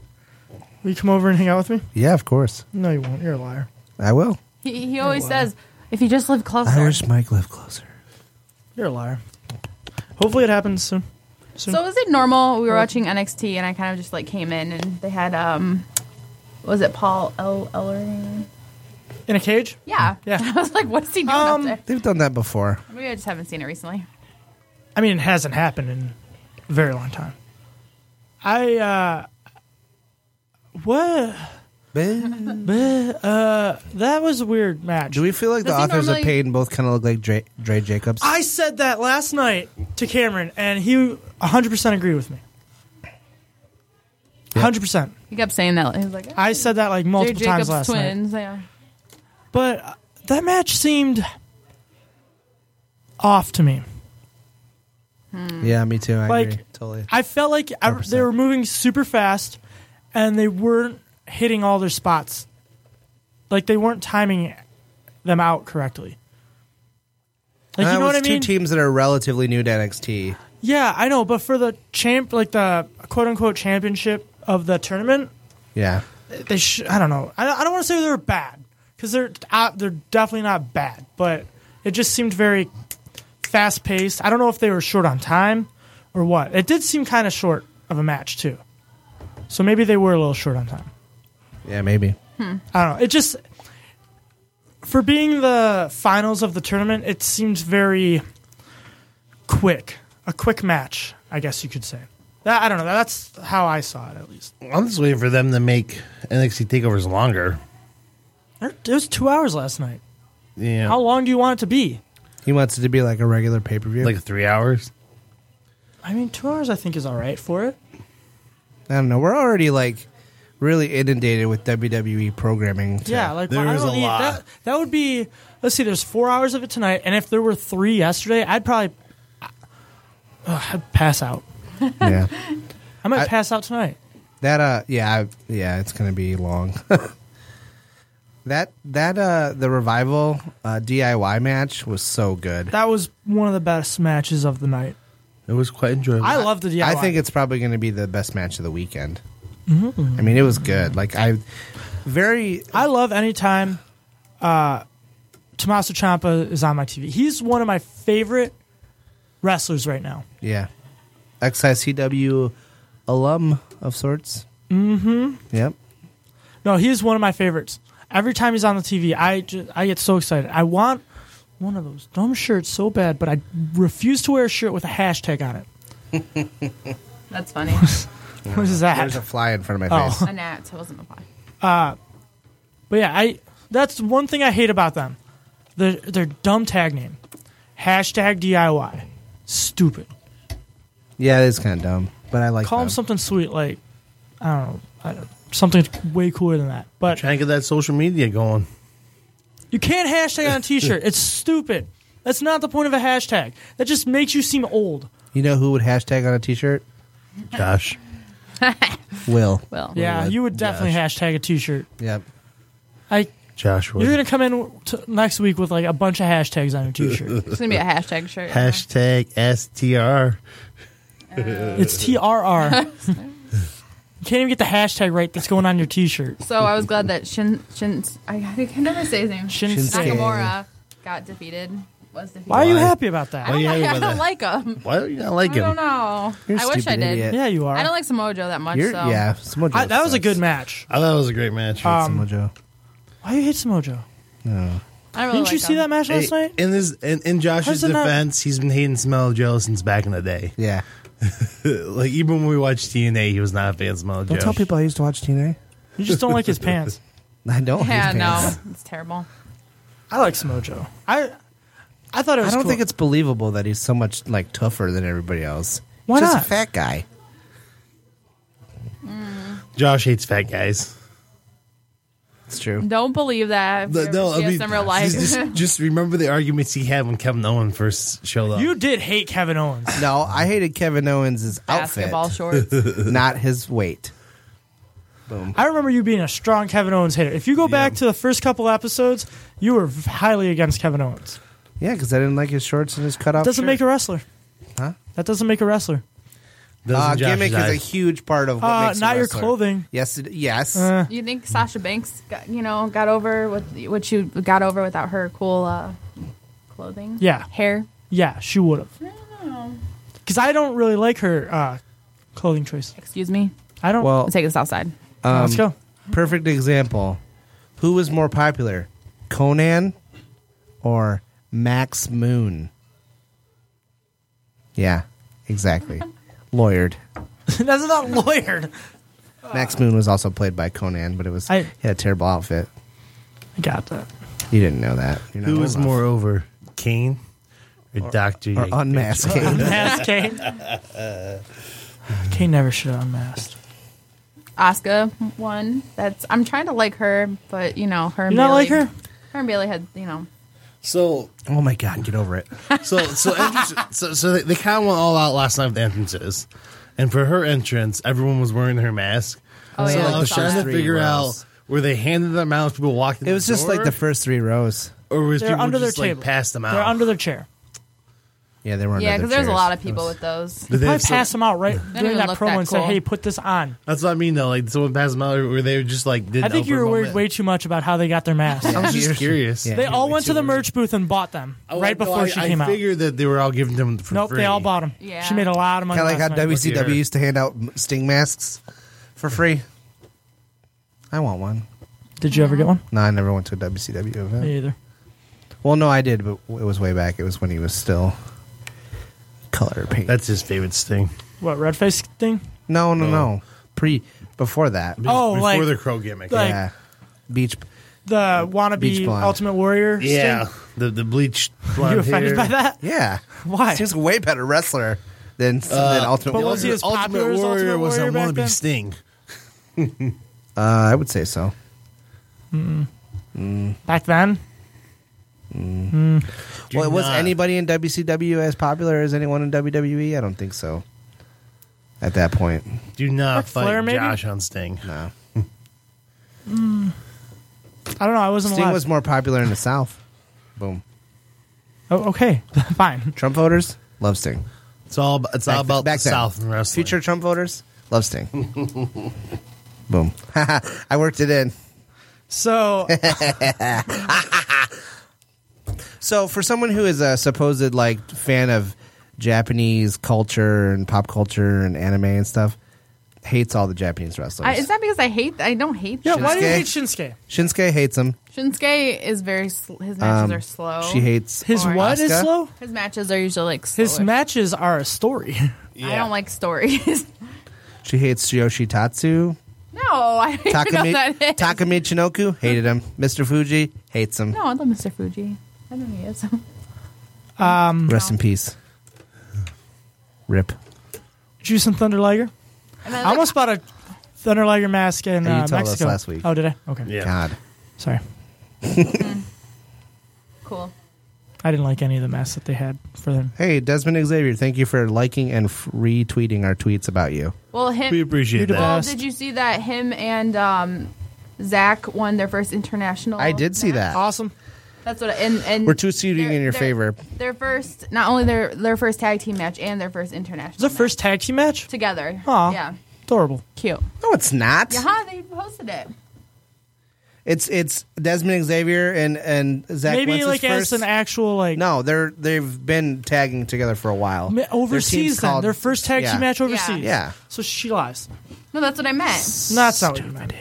Speaker 9: Will you come over and hang out with me?
Speaker 7: yeah, of course.
Speaker 9: No, you won't. You're a liar.
Speaker 7: I will.
Speaker 10: he, he always says, if you just live closer.
Speaker 7: I wish Mike lived closer.
Speaker 9: You're a liar. Hopefully, it happens soon. soon.
Speaker 10: So is it normal?
Speaker 9: Oh.
Speaker 10: We were watching NXT, and I kind of just like came in, and they had um, was it Paul L. Eller?
Speaker 9: in a cage?
Speaker 10: Yeah,
Speaker 9: Mm, Yeah.
Speaker 10: I was like, what's he doing
Speaker 9: Um,
Speaker 10: up
Speaker 7: They've done that before.
Speaker 10: there? Maybe I just haven't seen it recently.
Speaker 9: I mean, it hasn't happened in a very long time. I uh, what? uh,
Speaker 7: Do
Speaker 9: That was a weird match.
Speaker 7: we feel like the
Speaker 10: Does he
Speaker 7: authors
Speaker 10: normally-
Speaker 7: of Pain both kind of look like Dre, Dre Jacobs?
Speaker 9: I said that last night to Cameron, and he 100% agreed with me. 100%.
Speaker 10: He kept saying that. He was like,
Speaker 9: I said that like
Speaker 10: "They're
Speaker 9: multiple times
Speaker 10: Jacob's
Speaker 9: last night.
Speaker 10: twins." Yeah.
Speaker 9: But uh, that match seemed off to me.
Speaker 7: yeah, me too. I
Speaker 9: Like-
Speaker 7: agree. Totally.
Speaker 9: I felt like I, they were moving super fast and they weren't hitting all their spots. Like they weren't timing them out correctly. Like
Speaker 7: Uh,
Speaker 9: you know
Speaker 7: it was
Speaker 9: what I mean?
Speaker 7: two teams that are relatively new to NXT.
Speaker 9: yeah, I know, but for the champ like the quote unquote championship of the tournament,
Speaker 7: Yeah.
Speaker 9: they sh- I don't know. I, I don't want to say they were bad because they're uh, they're definitely not bad, but it just seemed very fast paced. I don't know if they were short on time or what. It did seem kind of short of a match too, so maybe they were a little short on time.
Speaker 7: Yeah, maybe.
Speaker 9: I don't know. It just for being the finals of the tournament, it seems very quick, a quick match, I guess you could say. That I don't know. That's how I saw it at least.
Speaker 8: I'm just waiting for them to make NXT takeovers longer.
Speaker 9: It was two hours last night.
Speaker 8: Yeah,
Speaker 9: How long do you want it to be?
Speaker 7: He wants it to be like a regular pay per view.
Speaker 8: like three hours.
Speaker 9: I mean, two hours I think is all right for it.
Speaker 7: I don't know. We're already like really inundated with WWE programming. to-
Speaker 9: Yeah, like well, I
Speaker 8: There's
Speaker 9: don't
Speaker 8: a
Speaker 9: need
Speaker 8: lot.
Speaker 9: that. That would be. Let's see. There's four hours of it tonight, and if there were three yesterday, I'd probably Ugh, I'd pass out.
Speaker 7: yeah.
Speaker 9: I might pass out tonight.
Speaker 7: That uh yeah, I- yeah, it's going to be long. that that uh the revival uh DIY match was so good.
Speaker 9: That was one of the best matches of the night.
Speaker 8: It was quite enjoyable.
Speaker 9: I love the DIY.
Speaker 7: I think it's probably going to be the best match of the weekend.
Speaker 9: Mm.
Speaker 7: I mean, it was good. Like I very
Speaker 9: I love anytime uh, Tommaso Ciampa is on my TV. He's one of my favorite wrestlers right now.
Speaker 7: yeah.
Speaker 9: Mm-hmm.
Speaker 7: XICW alum of sorts. Mhm. Yep.
Speaker 9: No, he's one of my favorites. Every time he's on the TV, I ju- I get so excited. I want one of those dumb shirts so bad, but I refuse to wear a shirt with a hashtag on it.
Speaker 10: That's funny.
Speaker 9: What is that?
Speaker 7: There's a fly in front of my
Speaker 9: Oh.
Speaker 7: face.
Speaker 10: a gnat, so it wasn't a fly.
Speaker 9: Uh, but yeah, I that's one thing I hate about them. Their their dumb tag name, hashtag DIY, stupid.
Speaker 7: Yeah, it is kind of dumb, but I like
Speaker 9: Call
Speaker 7: them.
Speaker 9: them something sweet, like I don't know, I, something way cooler than that. But
Speaker 8: Trying to get that social media going.
Speaker 9: You can't hashtag on a T-shirt. It's stupid. That's not the point of a hashtag. That just makes you seem old.
Speaker 7: you know who would hashtag on a T-shirt?
Speaker 8: Josh.
Speaker 7: Will.
Speaker 10: Well,
Speaker 9: Yeah, you would definitely hashtag a T-shirt.
Speaker 7: Yep.
Speaker 9: I.
Speaker 8: Josh would.
Speaker 9: You're gonna come in t- next week with like a bunch of hashtags on your T-shirt.
Speaker 10: It's gonna be a hashtag shirt.
Speaker 8: Hashtag STR.
Speaker 9: it's TRR. you can't even get the hashtag right. That's going on your T-shirt.
Speaker 10: So I was glad that Shin Shin I, I can never say his name.
Speaker 9: Shinsuke.
Speaker 10: Nakamura got defeated. Was defeated.
Speaker 9: Why are you happy about that?
Speaker 10: I don't,
Speaker 8: you
Speaker 10: like,
Speaker 8: happy
Speaker 10: I
Speaker 8: about
Speaker 10: don't
Speaker 8: that?
Speaker 10: like him.
Speaker 8: Why don't you not like
Speaker 10: I don't
Speaker 8: him?
Speaker 10: know.
Speaker 7: You're a
Speaker 10: I wish I
Speaker 7: stupid
Speaker 10: did.
Speaker 7: idiot.
Speaker 9: yeah, you are.
Speaker 10: I don't like Samojo that much.
Speaker 7: You're,
Speaker 10: so
Speaker 7: Yeah, Samojo.
Speaker 9: I- that was a
Speaker 7: sucks.
Speaker 9: good match.
Speaker 8: I thought it was a great match.
Speaker 9: Um,
Speaker 7: Samojo.
Speaker 9: Why you hate Samojo?
Speaker 10: I really
Speaker 9: Didn't you
Speaker 10: like
Speaker 9: see
Speaker 10: him.
Speaker 9: that match last
Speaker 8: Hey,
Speaker 9: night?
Speaker 8: in his in, in Josh's
Speaker 9: it not-
Speaker 8: defense, he's been hating Samoa Joe since back in the day.
Speaker 7: Yeah.
Speaker 8: like even when we watched TNA, he was not a fan of Samoa Joe.
Speaker 7: Don't tell people I used to watch TNA.
Speaker 9: You just don't like his pants.
Speaker 7: I don't. like
Speaker 10: Yeah,
Speaker 7: his pants.
Speaker 10: no, it's terrible.
Speaker 9: I like Samojo. I I thought it
Speaker 7: I
Speaker 9: was.
Speaker 7: don't
Speaker 9: cool.
Speaker 7: think it's believable that he's so much like tougher than everybody else.
Speaker 9: Why
Speaker 7: He's just
Speaker 9: not?
Speaker 7: a fat guy.
Speaker 8: Josh hates fat guys.
Speaker 7: It's true.
Speaker 10: Don't believe that. If you ever see us in real life.
Speaker 8: Just, just- just remember the arguments he had when Kevin Owen first showed up.
Speaker 9: You did hate Kevin Owens.
Speaker 7: No, I hated Kevin Owens' outfit,
Speaker 10: Basketball shorts.
Speaker 7: not his weight.
Speaker 9: I remember you being a strong Kevin Owens hater. If you go back to the first couple episodes, you were v- highly against Kevin Owens.
Speaker 7: Yeah, because I didn't like his shorts and his cutoff.
Speaker 9: Doesn't
Speaker 7: shirt.
Speaker 9: make a wrestler.
Speaker 7: Oh, Huh?
Speaker 9: That doesn't make a wrestler.
Speaker 8: Those
Speaker 7: Uh,
Speaker 8: in Josh's
Speaker 7: gimmick is a
Speaker 8: eyes.
Speaker 7: huge part of what
Speaker 9: Uh,
Speaker 7: makes a
Speaker 9: not your
Speaker 7: wrestler.
Speaker 9: clothing. Uh,
Speaker 7: Yes, it, yes.
Speaker 10: you think Sasha Banks, got, you know, got over with what you got over without her cool uh, clothing?
Speaker 9: Yeah.
Speaker 10: hair.
Speaker 9: Yeah, she would have. Because I don't really like her uh, clothing choice.
Speaker 10: Excuse me.
Speaker 9: I don't.
Speaker 7: Well, um,
Speaker 10: I'll take this outside.
Speaker 9: Uh, let's go.
Speaker 7: perfect example. Who was more popular, Conan or Max Moon? Yeah, exactly. Lawyered.
Speaker 9: That's not lawyered.
Speaker 7: Max Moon was also played by Conan, but it was
Speaker 9: I-
Speaker 7: he had a terrible outfit.
Speaker 9: I got that.
Speaker 7: You didn't know that. You're not
Speaker 8: Who
Speaker 7: old
Speaker 8: is
Speaker 7: enough.
Speaker 8: more over, Kane or, Doctor?
Speaker 7: or unmasking?
Speaker 9: Unmask Kane. Kane never should have unmasked.
Speaker 10: Oscar one. That's I'm trying to like her, but you know her. and
Speaker 9: You not like
Speaker 10: Bailey-
Speaker 9: her?
Speaker 10: Her and Bailey had you know.
Speaker 8: So
Speaker 7: oh my god, get over it.
Speaker 8: So so entrance, so so they, they kind of went all out last night with the entrances, and for her entrance, everyone was wearing her mask.
Speaker 10: Oh
Speaker 8: so
Speaker 10: yeah,
Speaker 8: I was
Speaker 10: saw that.
Speaker 8: trying to
Speaker 7: three
Speaker 8: figure
Speaker 7: rows.
Speaker 8: out were they handed them out? as People walked. in
Speaker 7: It was just like
Speaker 8: door,
Speaker 7: the first three rows.
Speaker 8: or was
Speaker 9: They're
Speaker 8: people
Speaker 9: under their
Speaker 8: just like
Speaker 9: table.
Speaker 8: pass them out?
Speaker 9: They're under their chair.
Speaker 7: Yeah, they weren't.
Speaker 10: Yeah, because there's a lot of people with those.
Speaker 8: Did
Speaker 9: They
Speaker 8: they
Speaker 9: probably
Speaker 8: have some-
Speaker 9: pass them out right during
Speaker 10: even
Speaker 9: that
Speaker 10: look
Speaker 9: promo
Speaker 10: that
Speaker 9: and
Speaker 10: cool.
Speaker 9: say, "Hey, put this on."
Speaker 8: that's what I mean though. Like someone passed them out, or were they just like didn't?
Speaker 9: I think you
Speaker 8: open
Speaker 9: were
Speaker 8: them
Speaker 9: worried
Speaker 8: up?
Speaker 9: way too much about how they got their masks.
Speaker 8: I was just curious.
Speaker 7: Yeah.
Speaker 9: They all went to the merch booth and bought them
Speaker 8: Oh,
Speaker 9: right
Speaker 8: no,
Speaker 9: before
Speaker 8: I-
Speaker 9: she
Speaker 8: I
Speaker 9: came out.
Speaker 8: figured that they were all giving them for
Speaker 9: Nope,
Speaker 8: free.
Speaker 9: they all bought them.
Speaker 10: Yeah.
Speaker 9: She made a lot of money.
Speaker 7: Kind of like how
Speaker 9: last night.
Speaker 7: WCW
Speaker 8: Here.
Speaker 7: used to hand out sting masks for free. I want one.
Speaker 9: Did you ever get one?
Speaker 7: No, I never went to a WCW event.
Speaker 9: Me either.
Speaker 7: Well, no, I did, but it was way back. It was when he was still color paint.
Speaker 8: That's his favorite sting.
Speaker 9: What red face thing?
Speaker 7: no, no,
Speaker 8: No.
Speaker 7: no. Pre before that,
Speaker 9: Oh,
Speaker 8: before
Speaker 9: like-
Speaker 8: the crow gimmick.
Speaker 9: like-
Speaker 7: yeah. Beach.
Speaker 9: The wannabe
Speaker 7: Beach blonde.
Speaker 9: Ultimate Warrior.
Speaker 8: yeah,
Speaker 9: sting?
Speaker 8: the the bleached.
Speaker 9: You
Speaker 8: blonde
Speaker 9: offended
Speaker 8: hair.
Speaker 9: by that?
Speaker 7: Yeah.
Speaker 9: Why?
Speaker 7: He's a way better wrestler than
Speaker 9: Uh,
Speaker 7: than Ultimate.
Speaker 9: but
Speaker 7: Warrior.
Speaker 9: was he as
Speaker 8: Ultimate
Speaker 9: popular as Ultimate
Speaker 8: Warrior was
Speaker 9: Warrior
Speaker 8: a
Speaker 9: back
Speaker 8: wannabe
Speaker 9: then?
Speaker 8: Sting.
Speaker 7: uh, I would say so.
Speaker 9: Back then,
Speaker 7: well, was
Speaker 8: not-
Speaker 7: anybody in WCW as popular as anyone in WWE? I don't think so. At that point,
Speaker 8: Do not
Speaker 9: Ric
Speaker 8: fight
Speaker 9: Flair, maybe?
Speaker 8: Josh on Sting.
Speaker 7: no.
Speaker 9: I don't know. I wasn't
Speaker 7: Sting
Speaker 9: alive.
Speaker 7: was more popular in the South. Boom.
Speaker 9: Oh, okay, fine.
Speaker 7: Trump voters love Sting.
Speaker 8: It's all ab- it's all
Speaker 7: Back-
Speaker 8: about
Speaker 7: back
Speaker 8: the
Speaker 7: then.
Speaker 8: South and wrestling.
Speaker 7: Future Trump voters love Sting. Boom. I worked it in.
Speaker 9: So
Speaker 7: So for someone who is a supposed like fan of Japanese culture and pop culture and anime and stuff, hates all the Japanese wrestlers.
Speaker 10: I, it's not because I hate. I don't hate.
Speaker 7: Yeah, why do you hate
Speaker 9: Shinsuke?
Speaker 7: Shinsuke hates him.
Speaker 10: Shinsuke is very. Sl- his matches
Speaker 7: Um,
Speaker 10: are slow.
Speaker 7: she hates
Speaker 9: Oh. His
Speaker 10: Boring.
Speaker 9: what is
Speaker 7: Asuka?
Speaker 9: slow?
Speaker 10: His matches are usually like slower.
Speaker 9: His matches are a story.
Speaker 10: I don't like stories.
Speaker 7: She hates Tsuyoshi Tatsu.
Speaker 10: no, I don't even know
Speaker 7: Takami,
Speaker 10: that. is.
Speaker 7: Takami Chinoku hated him. Mr. Fuji hates him.
Speaker 10: No, I love Mr. Fuji. I don't need it.
Speaker 9: Um,
Speaker 7: Rest in peace. Rip.
Speaker 9: Juice and Thunder Liger.
Speaker 10: And I
Speaker 9: I
Speaker 10: like-
Speaker 9: almost bought a Thunder Liger mask in
Speaker 7: Hey, you
Speaker 9: uh,
Speaker 7: told us
Speaker 9: Mexico
Speaker 7: last week.
Speaker 9: Oh, did I? Okay.
Speaker 7: God.
Speaker 9: Sorry,
Speaker 10: "Oh, Cool.
Speaker 9: I didn't like any of the masks that they had for them.
Speaker 7: Hey, Desmond Xavier, thank you for liking and f- retweeting our tweets about you.
Speaker 10: Well, him.
Speaker 8: We appreciate
Speaker 9: You're the
Speaker 10: Well,
Speaker 9: best.
Speaker 10: did you see that him and um, Zach won their first international?
Speaker 7: I did see that.
Speaker 9: Awesome.
Speaker 10: That's what. And, and
Speaker 7: We're two seating
Speaker 10: their-
Speaker 7: in your
Speaker 10: their-
Speaker 7: favor.
Speaker 10: Their first, not only their their first tag team match and their first international.
Speaker 9: It was
Speaker 10: match
Speaker 9: the first tag team match.
Speaker 10: together.
Speaker 9: Aw.
Speaker 10: Yeah,
Speaker 9: Adorable.
Speaker 10: cute.
Speaker 7: No, it's not.
Speaker 10: Yeah, they posted it.
Speaker 7: It's it's Desmond Xavier and and Zach.
Speaker 9: Maybe
Speaker 7: Wentz's
Speaker 9: like
Speaker 7: first.
Speaker 9: as an actual like
Speaker 7: no, they're they've been tagging together for a while.
Speaker 9: ma-
Speaker 7: Their team's
Speaker 9: overseas. Their, then.
Speaker 7: called-
Speaker 9: their first tag
Speaker 7: yeah.
Speaker 9: team match overseas.
Speaker 7: Yeah.
Speaker 9: So she lies.
Speaker 10: No, that's what I meant.
Speaker 9: No, that's not what you meant.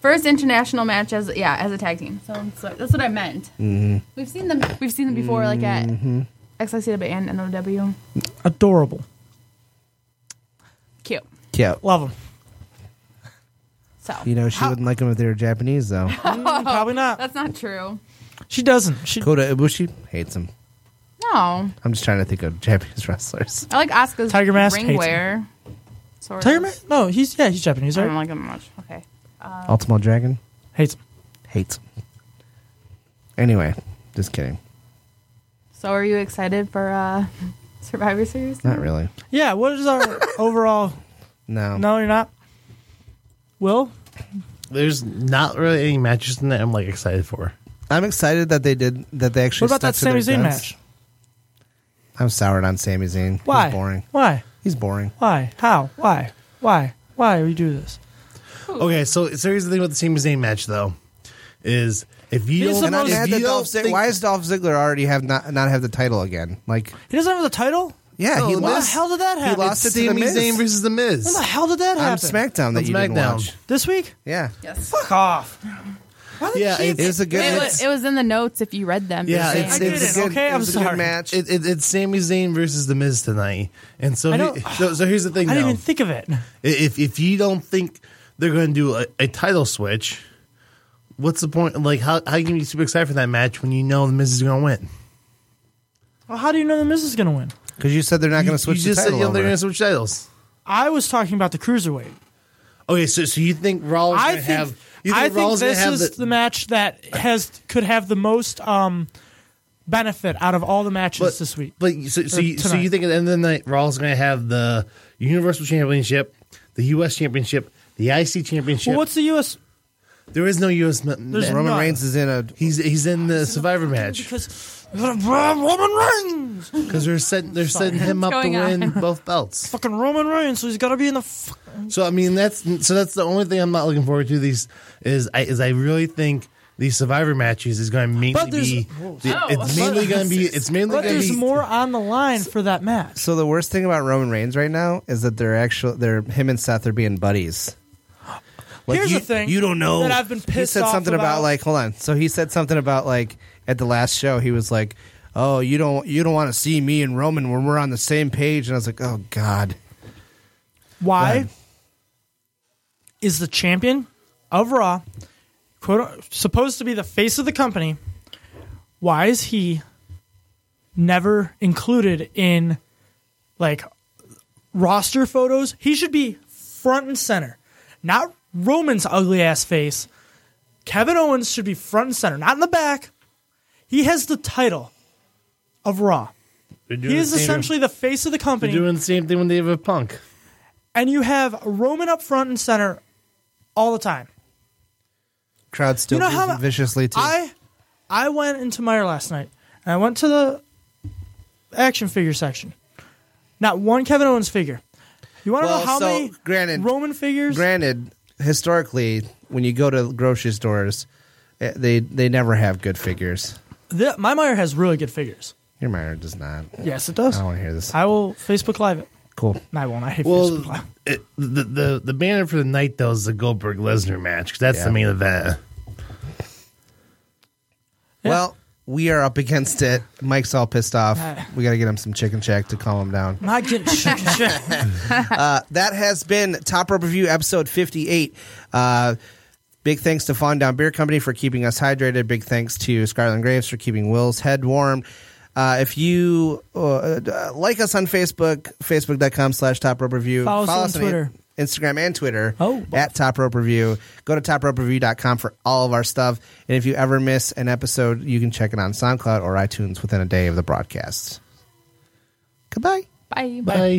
Speaker 10: First international match as yeah as a tag team. So, so that's what I meant. We've seen them. We've seen them before, like at XICW and NOW.
Speaker 9: Adorable.
Speaker 10: Cute.
Speaker 7: Yeah.
Speaker 9: Love them.
Speaker 10: So
Speaker 7: You know, she wouldn't like them if they were Japanese, though.
Speaker 9: Probably not.
Speaker 10: Oh. that's not true.
Speaker 9: She doesn't. She
Speaker 7: Kota Ibushi hates him.
Speaker 10: No,
Speaker 7: I'm just trying to think of Japanese wrestlers.
Speaker 10: I like Asuka's
Speaker 9: Tiger Mask
Speaker 10: ring
Speaker 9: hates
Speaker 10: wear. Sort
Speaker 9: Tiger
Speaker 10: of.
Speaker 9: Man? No, he's yeah, he's Japanese,
Speaker 10: I don't
Speaker 9: right?
Speaker 10: like him much. Okay.
Speaker 7: Ultimate Dragon
Speaker 9: Hates him.
Speaker 7: hates him. Anyway, just kidding.
Speaker 10: So are you excited for uh, Survivor Series?
Speaker 7: Not really.
Speaker 9: Yeah. What is our overall?
Speaker 7: No.
Speaker 9: No, you're not. Will
Speaker 8: There's not really any matches in that I'm like excited for.
Speaker 7: I'm excited that they did that they actually.
Speaker 9: what about that
Speaker 7: stuck
Speaker 9: Sami
Speaker 7: to their
Speaker 9: Zayn
Speaker 7: guns.
Speaker 9: match?
Speaker 7: I'm soured on Sami Zayn.
Speaker 9: Why?
Speaker 7: He's boring.
Speaker 9: Why?
Speaker 7: He's boring.
Speaker 9: Why? How? Why? Why? Why we do this? Oh.
Speaker 8: Okay, so so here's the thing with the Sami Zayn match though, is if you don't,
Speaker 9: He's the
Speaker 7: And I'm
Speaker 9: most-
Speaker 8: if
Speaker 7: mad
Speaker 8: you
Speaker 7: that
Speaker 8: don't
Speaker 7: Dolph Ziggler.
Speaker 8: think-
Speaker 7: why is Dolph Ziggler already have not not have the title again? Like,
Speaker 9: He doesn't have the title.
Speaker 7: yeah, he
Speaker 8: No,
Speaker 9: When the
Speaker 7: lost.
Speaker 9: hell did that
Speaker 7: he
Speaker 9: happen?
Speaker 7: lost it to the
Speaker 8: Sami
Speaker 7: Miz.
Speaker 8: Zayn versus the
Speaker 9: When
Speaker 8: Miz
Speaker 9: the hell did that
Speaker 7: on
Speaker 9: happen?
Speaker 7: SmackDown that
Speaker 8: On
Speaker 7: you didn't
Speaker 8: SmackDown.
Speaker 7: watch.
Speaker 9: This week?
Speaker 7: Yeah,
Speaker 10: Yes.
Speaker 9: Fuck off. Why did
Speaker 8: Yeah,
Speaker 9: she-
Speaker 8: it's-
Speaker 7: it was a good.
Speaker 10: It
Speaker 7: match.
Speaker 10: was, it was in the notes if you read them.
Speaker 8: Yeah,
Speaker 10: Just
Speaker 8: it's-
Speaker 10: saying.
Speaker 7: It was a
Speaker 9: didn't,
Speaker 7: good-
Speaker 9: okay?
Speaker 7: it was
Speaker 9: I'm
Speaker 7: a good
Speaker 9: sorry.
Speaker 7: match.
Speaker 8: It, it, it's Sami Zayn versus the Miz tonight, and so
Speaker 9: I
Speaker 8: he,
Speaker 9: don't-
Speaker 8: so, so here's the thing.
Speaker 9: I didn't
Speaker 8: though.
Speaker 9: even think of it.
Speaker 8: if if you don't think they're going to do a, a title switch, what's the point? Like, how how can you be super excited for that match when you know the Miz is going to win?
Speaker 9: Well, how do you know the Miz is going to win?
Speaker 7: because you said they're not going to switch
Speaker 8: you
Speaker 7: the
Speaker 8: just said
Speaker 7: title
Speaker 8: you know, they're
Speaker 7: over.
Speaker 8: going to switch titles.
Speaker 9: I was talking about the cruiserweight.
Speaker 8: Okay, so so you think Rollins
Speaker 9: I
Speaker 8: going to
Speaker 9: think,
Speaker 8: have? You
Speaker 9: I
Speaker 8: think
Speaker 9: think
Speaker 8: Rollins going
Speaker 9: this
Speaker 8: to have
Speaker 9: is the, match that has could have the most um, benefit out of all the matches
Speaker 8: but,
Speaker 9: this week.
Speaker 8: But you- so so
Speaker 9: Or
Speaker 8: you, so
Speaker 9: tonight.
Speaker 8: you think at the end of the night, Raw's going to have the Universal Championship, the U.S. Championship, the IC Championship.
Speaker 9: well, what's the U.S.
Speaker 8: there is no U.S. ma-
Speaker 9: There's
Speaker 8: ma-
Speaker 7: Roman
Speaker 9: No.
Speaker 7: Reigns is in a.
Speaker 8: He's he's in the Survivor match
Speaker 9: Because Roman Reigns,
Speaker 8: because they're setting they're setting him up to
Speaker 10: going on?
Speaker 8: win both belts.
Speaker 9: fucking Roman Reigns, so he's got to be in the. F-
Speaker 8: So I mean that's so that's the only thing I'm not looking forward to these is I is I really think these survivor matches is going to mainly
Speaker 9: But there's- Oh,
Speaker 8: be it's mainly going to be it's mainly
Speaker 9: but
Speaker 8: going to
Speaker 9: there's
Speaker 8: be
Speaker 9: more on the line for that match.
Speaker 7: So the worst thing about Roman Reigns right now is that they're actual. They're him and Seth are being buddies. Like,
Speaker 9: Here's
Speaker 7: you-
Speaker 9: the thing
Speaker 7: you don't know
Speaker 9: that I've been
Speaker 7: he
Speaker 9: pissed
Speaker 7: said
Speaker 9: off
Speaker 7: something about,
Speaker 9: about.
Speaker 7: like hold on so he said something about like at the last show he was like oh you don't you don't want to see me and roman when we're on the same page and i was like oh god
Speaker 9: Why
Speaker 7: Right.
Speaker 9: is the champion of Raw, quote, supposed to be the face of the company? Why is he never included in like roster photos? He should be front and center, not Roman's ugly ass face. Kevin Owens should be front and center, not in the back. He has the title of Raw. He is essentially the face of the
Speaker 8: they're
Speaker 9: company
Speaker 8: doing the same thing when they have a punk.
Speaker 9: and you have Roman up front and center all the time.
Speaker 7: crowd still
Speaker 9: you know
Speaker 7: beating
Speaker 9: how
Speaker 7: viciously too
Speaker 9: I I went into Meyer last night and I went to the action figure section. Not one Kevin Owens figure. You want to
Speaker 7: Well,
Speaker 9: know how
Speaker 7: so,
Speaker 9: many
Speaker 7: granted-
Speaker 9: Roman figures?
Speaker 7: granted historically when you go to grocery stores eh, they they never have good figures
Speaker 9: The- my Meyer has really good figures.
Speaker 7: your minor does not
Speaker 9: Yes, it
Speaker 7: i
Speaker 9: does.
Speaker 7: Oh. don't want to hear this
Speaker 9: I will Facebook Live it.
Speaker 7: Cool.
Speaker 9: I won't. I hate fist bump.
Speaker 8: Well, it, the, the the banner for the night though is the Goldberg Lesnar match 'cause that's the
Speaker 7: Yeah.
Speaker 8: main event.
Speaker 7: Well, we are up against it. Mike's all pissed off.
Speaker 9: Uh.
Speaker 7: We got to get him some chicken check to calm him down.
Speaker 9: I'm not getting chicken check.
Speaker 7: Uh, that has been Top Rope Review episode 58. Uh, big thanks to Fawn Down Beer Company for keeping us hydrated. Big thanks to Scarlet and Graves for keeping Will's head warm. Uh, if you uh, uh, like us on Facebook, facebook.com slash Top Rope Review.
Speaker 9: Follow us on
Speaker 7: In-
Speaker 9: Twitter.
Speaker 7: Instagram and Twitter
Speaker 9: Oh, both.
Speaker 7: at Top Rope Review. Go to topropereview.com for all of our stuff. And if you ever miss an episode, you can check it on SoundCloud or iTunes within a day of the broadcast. Goodbye.
Speaker 10: Bye.
Speaker 8: Bye.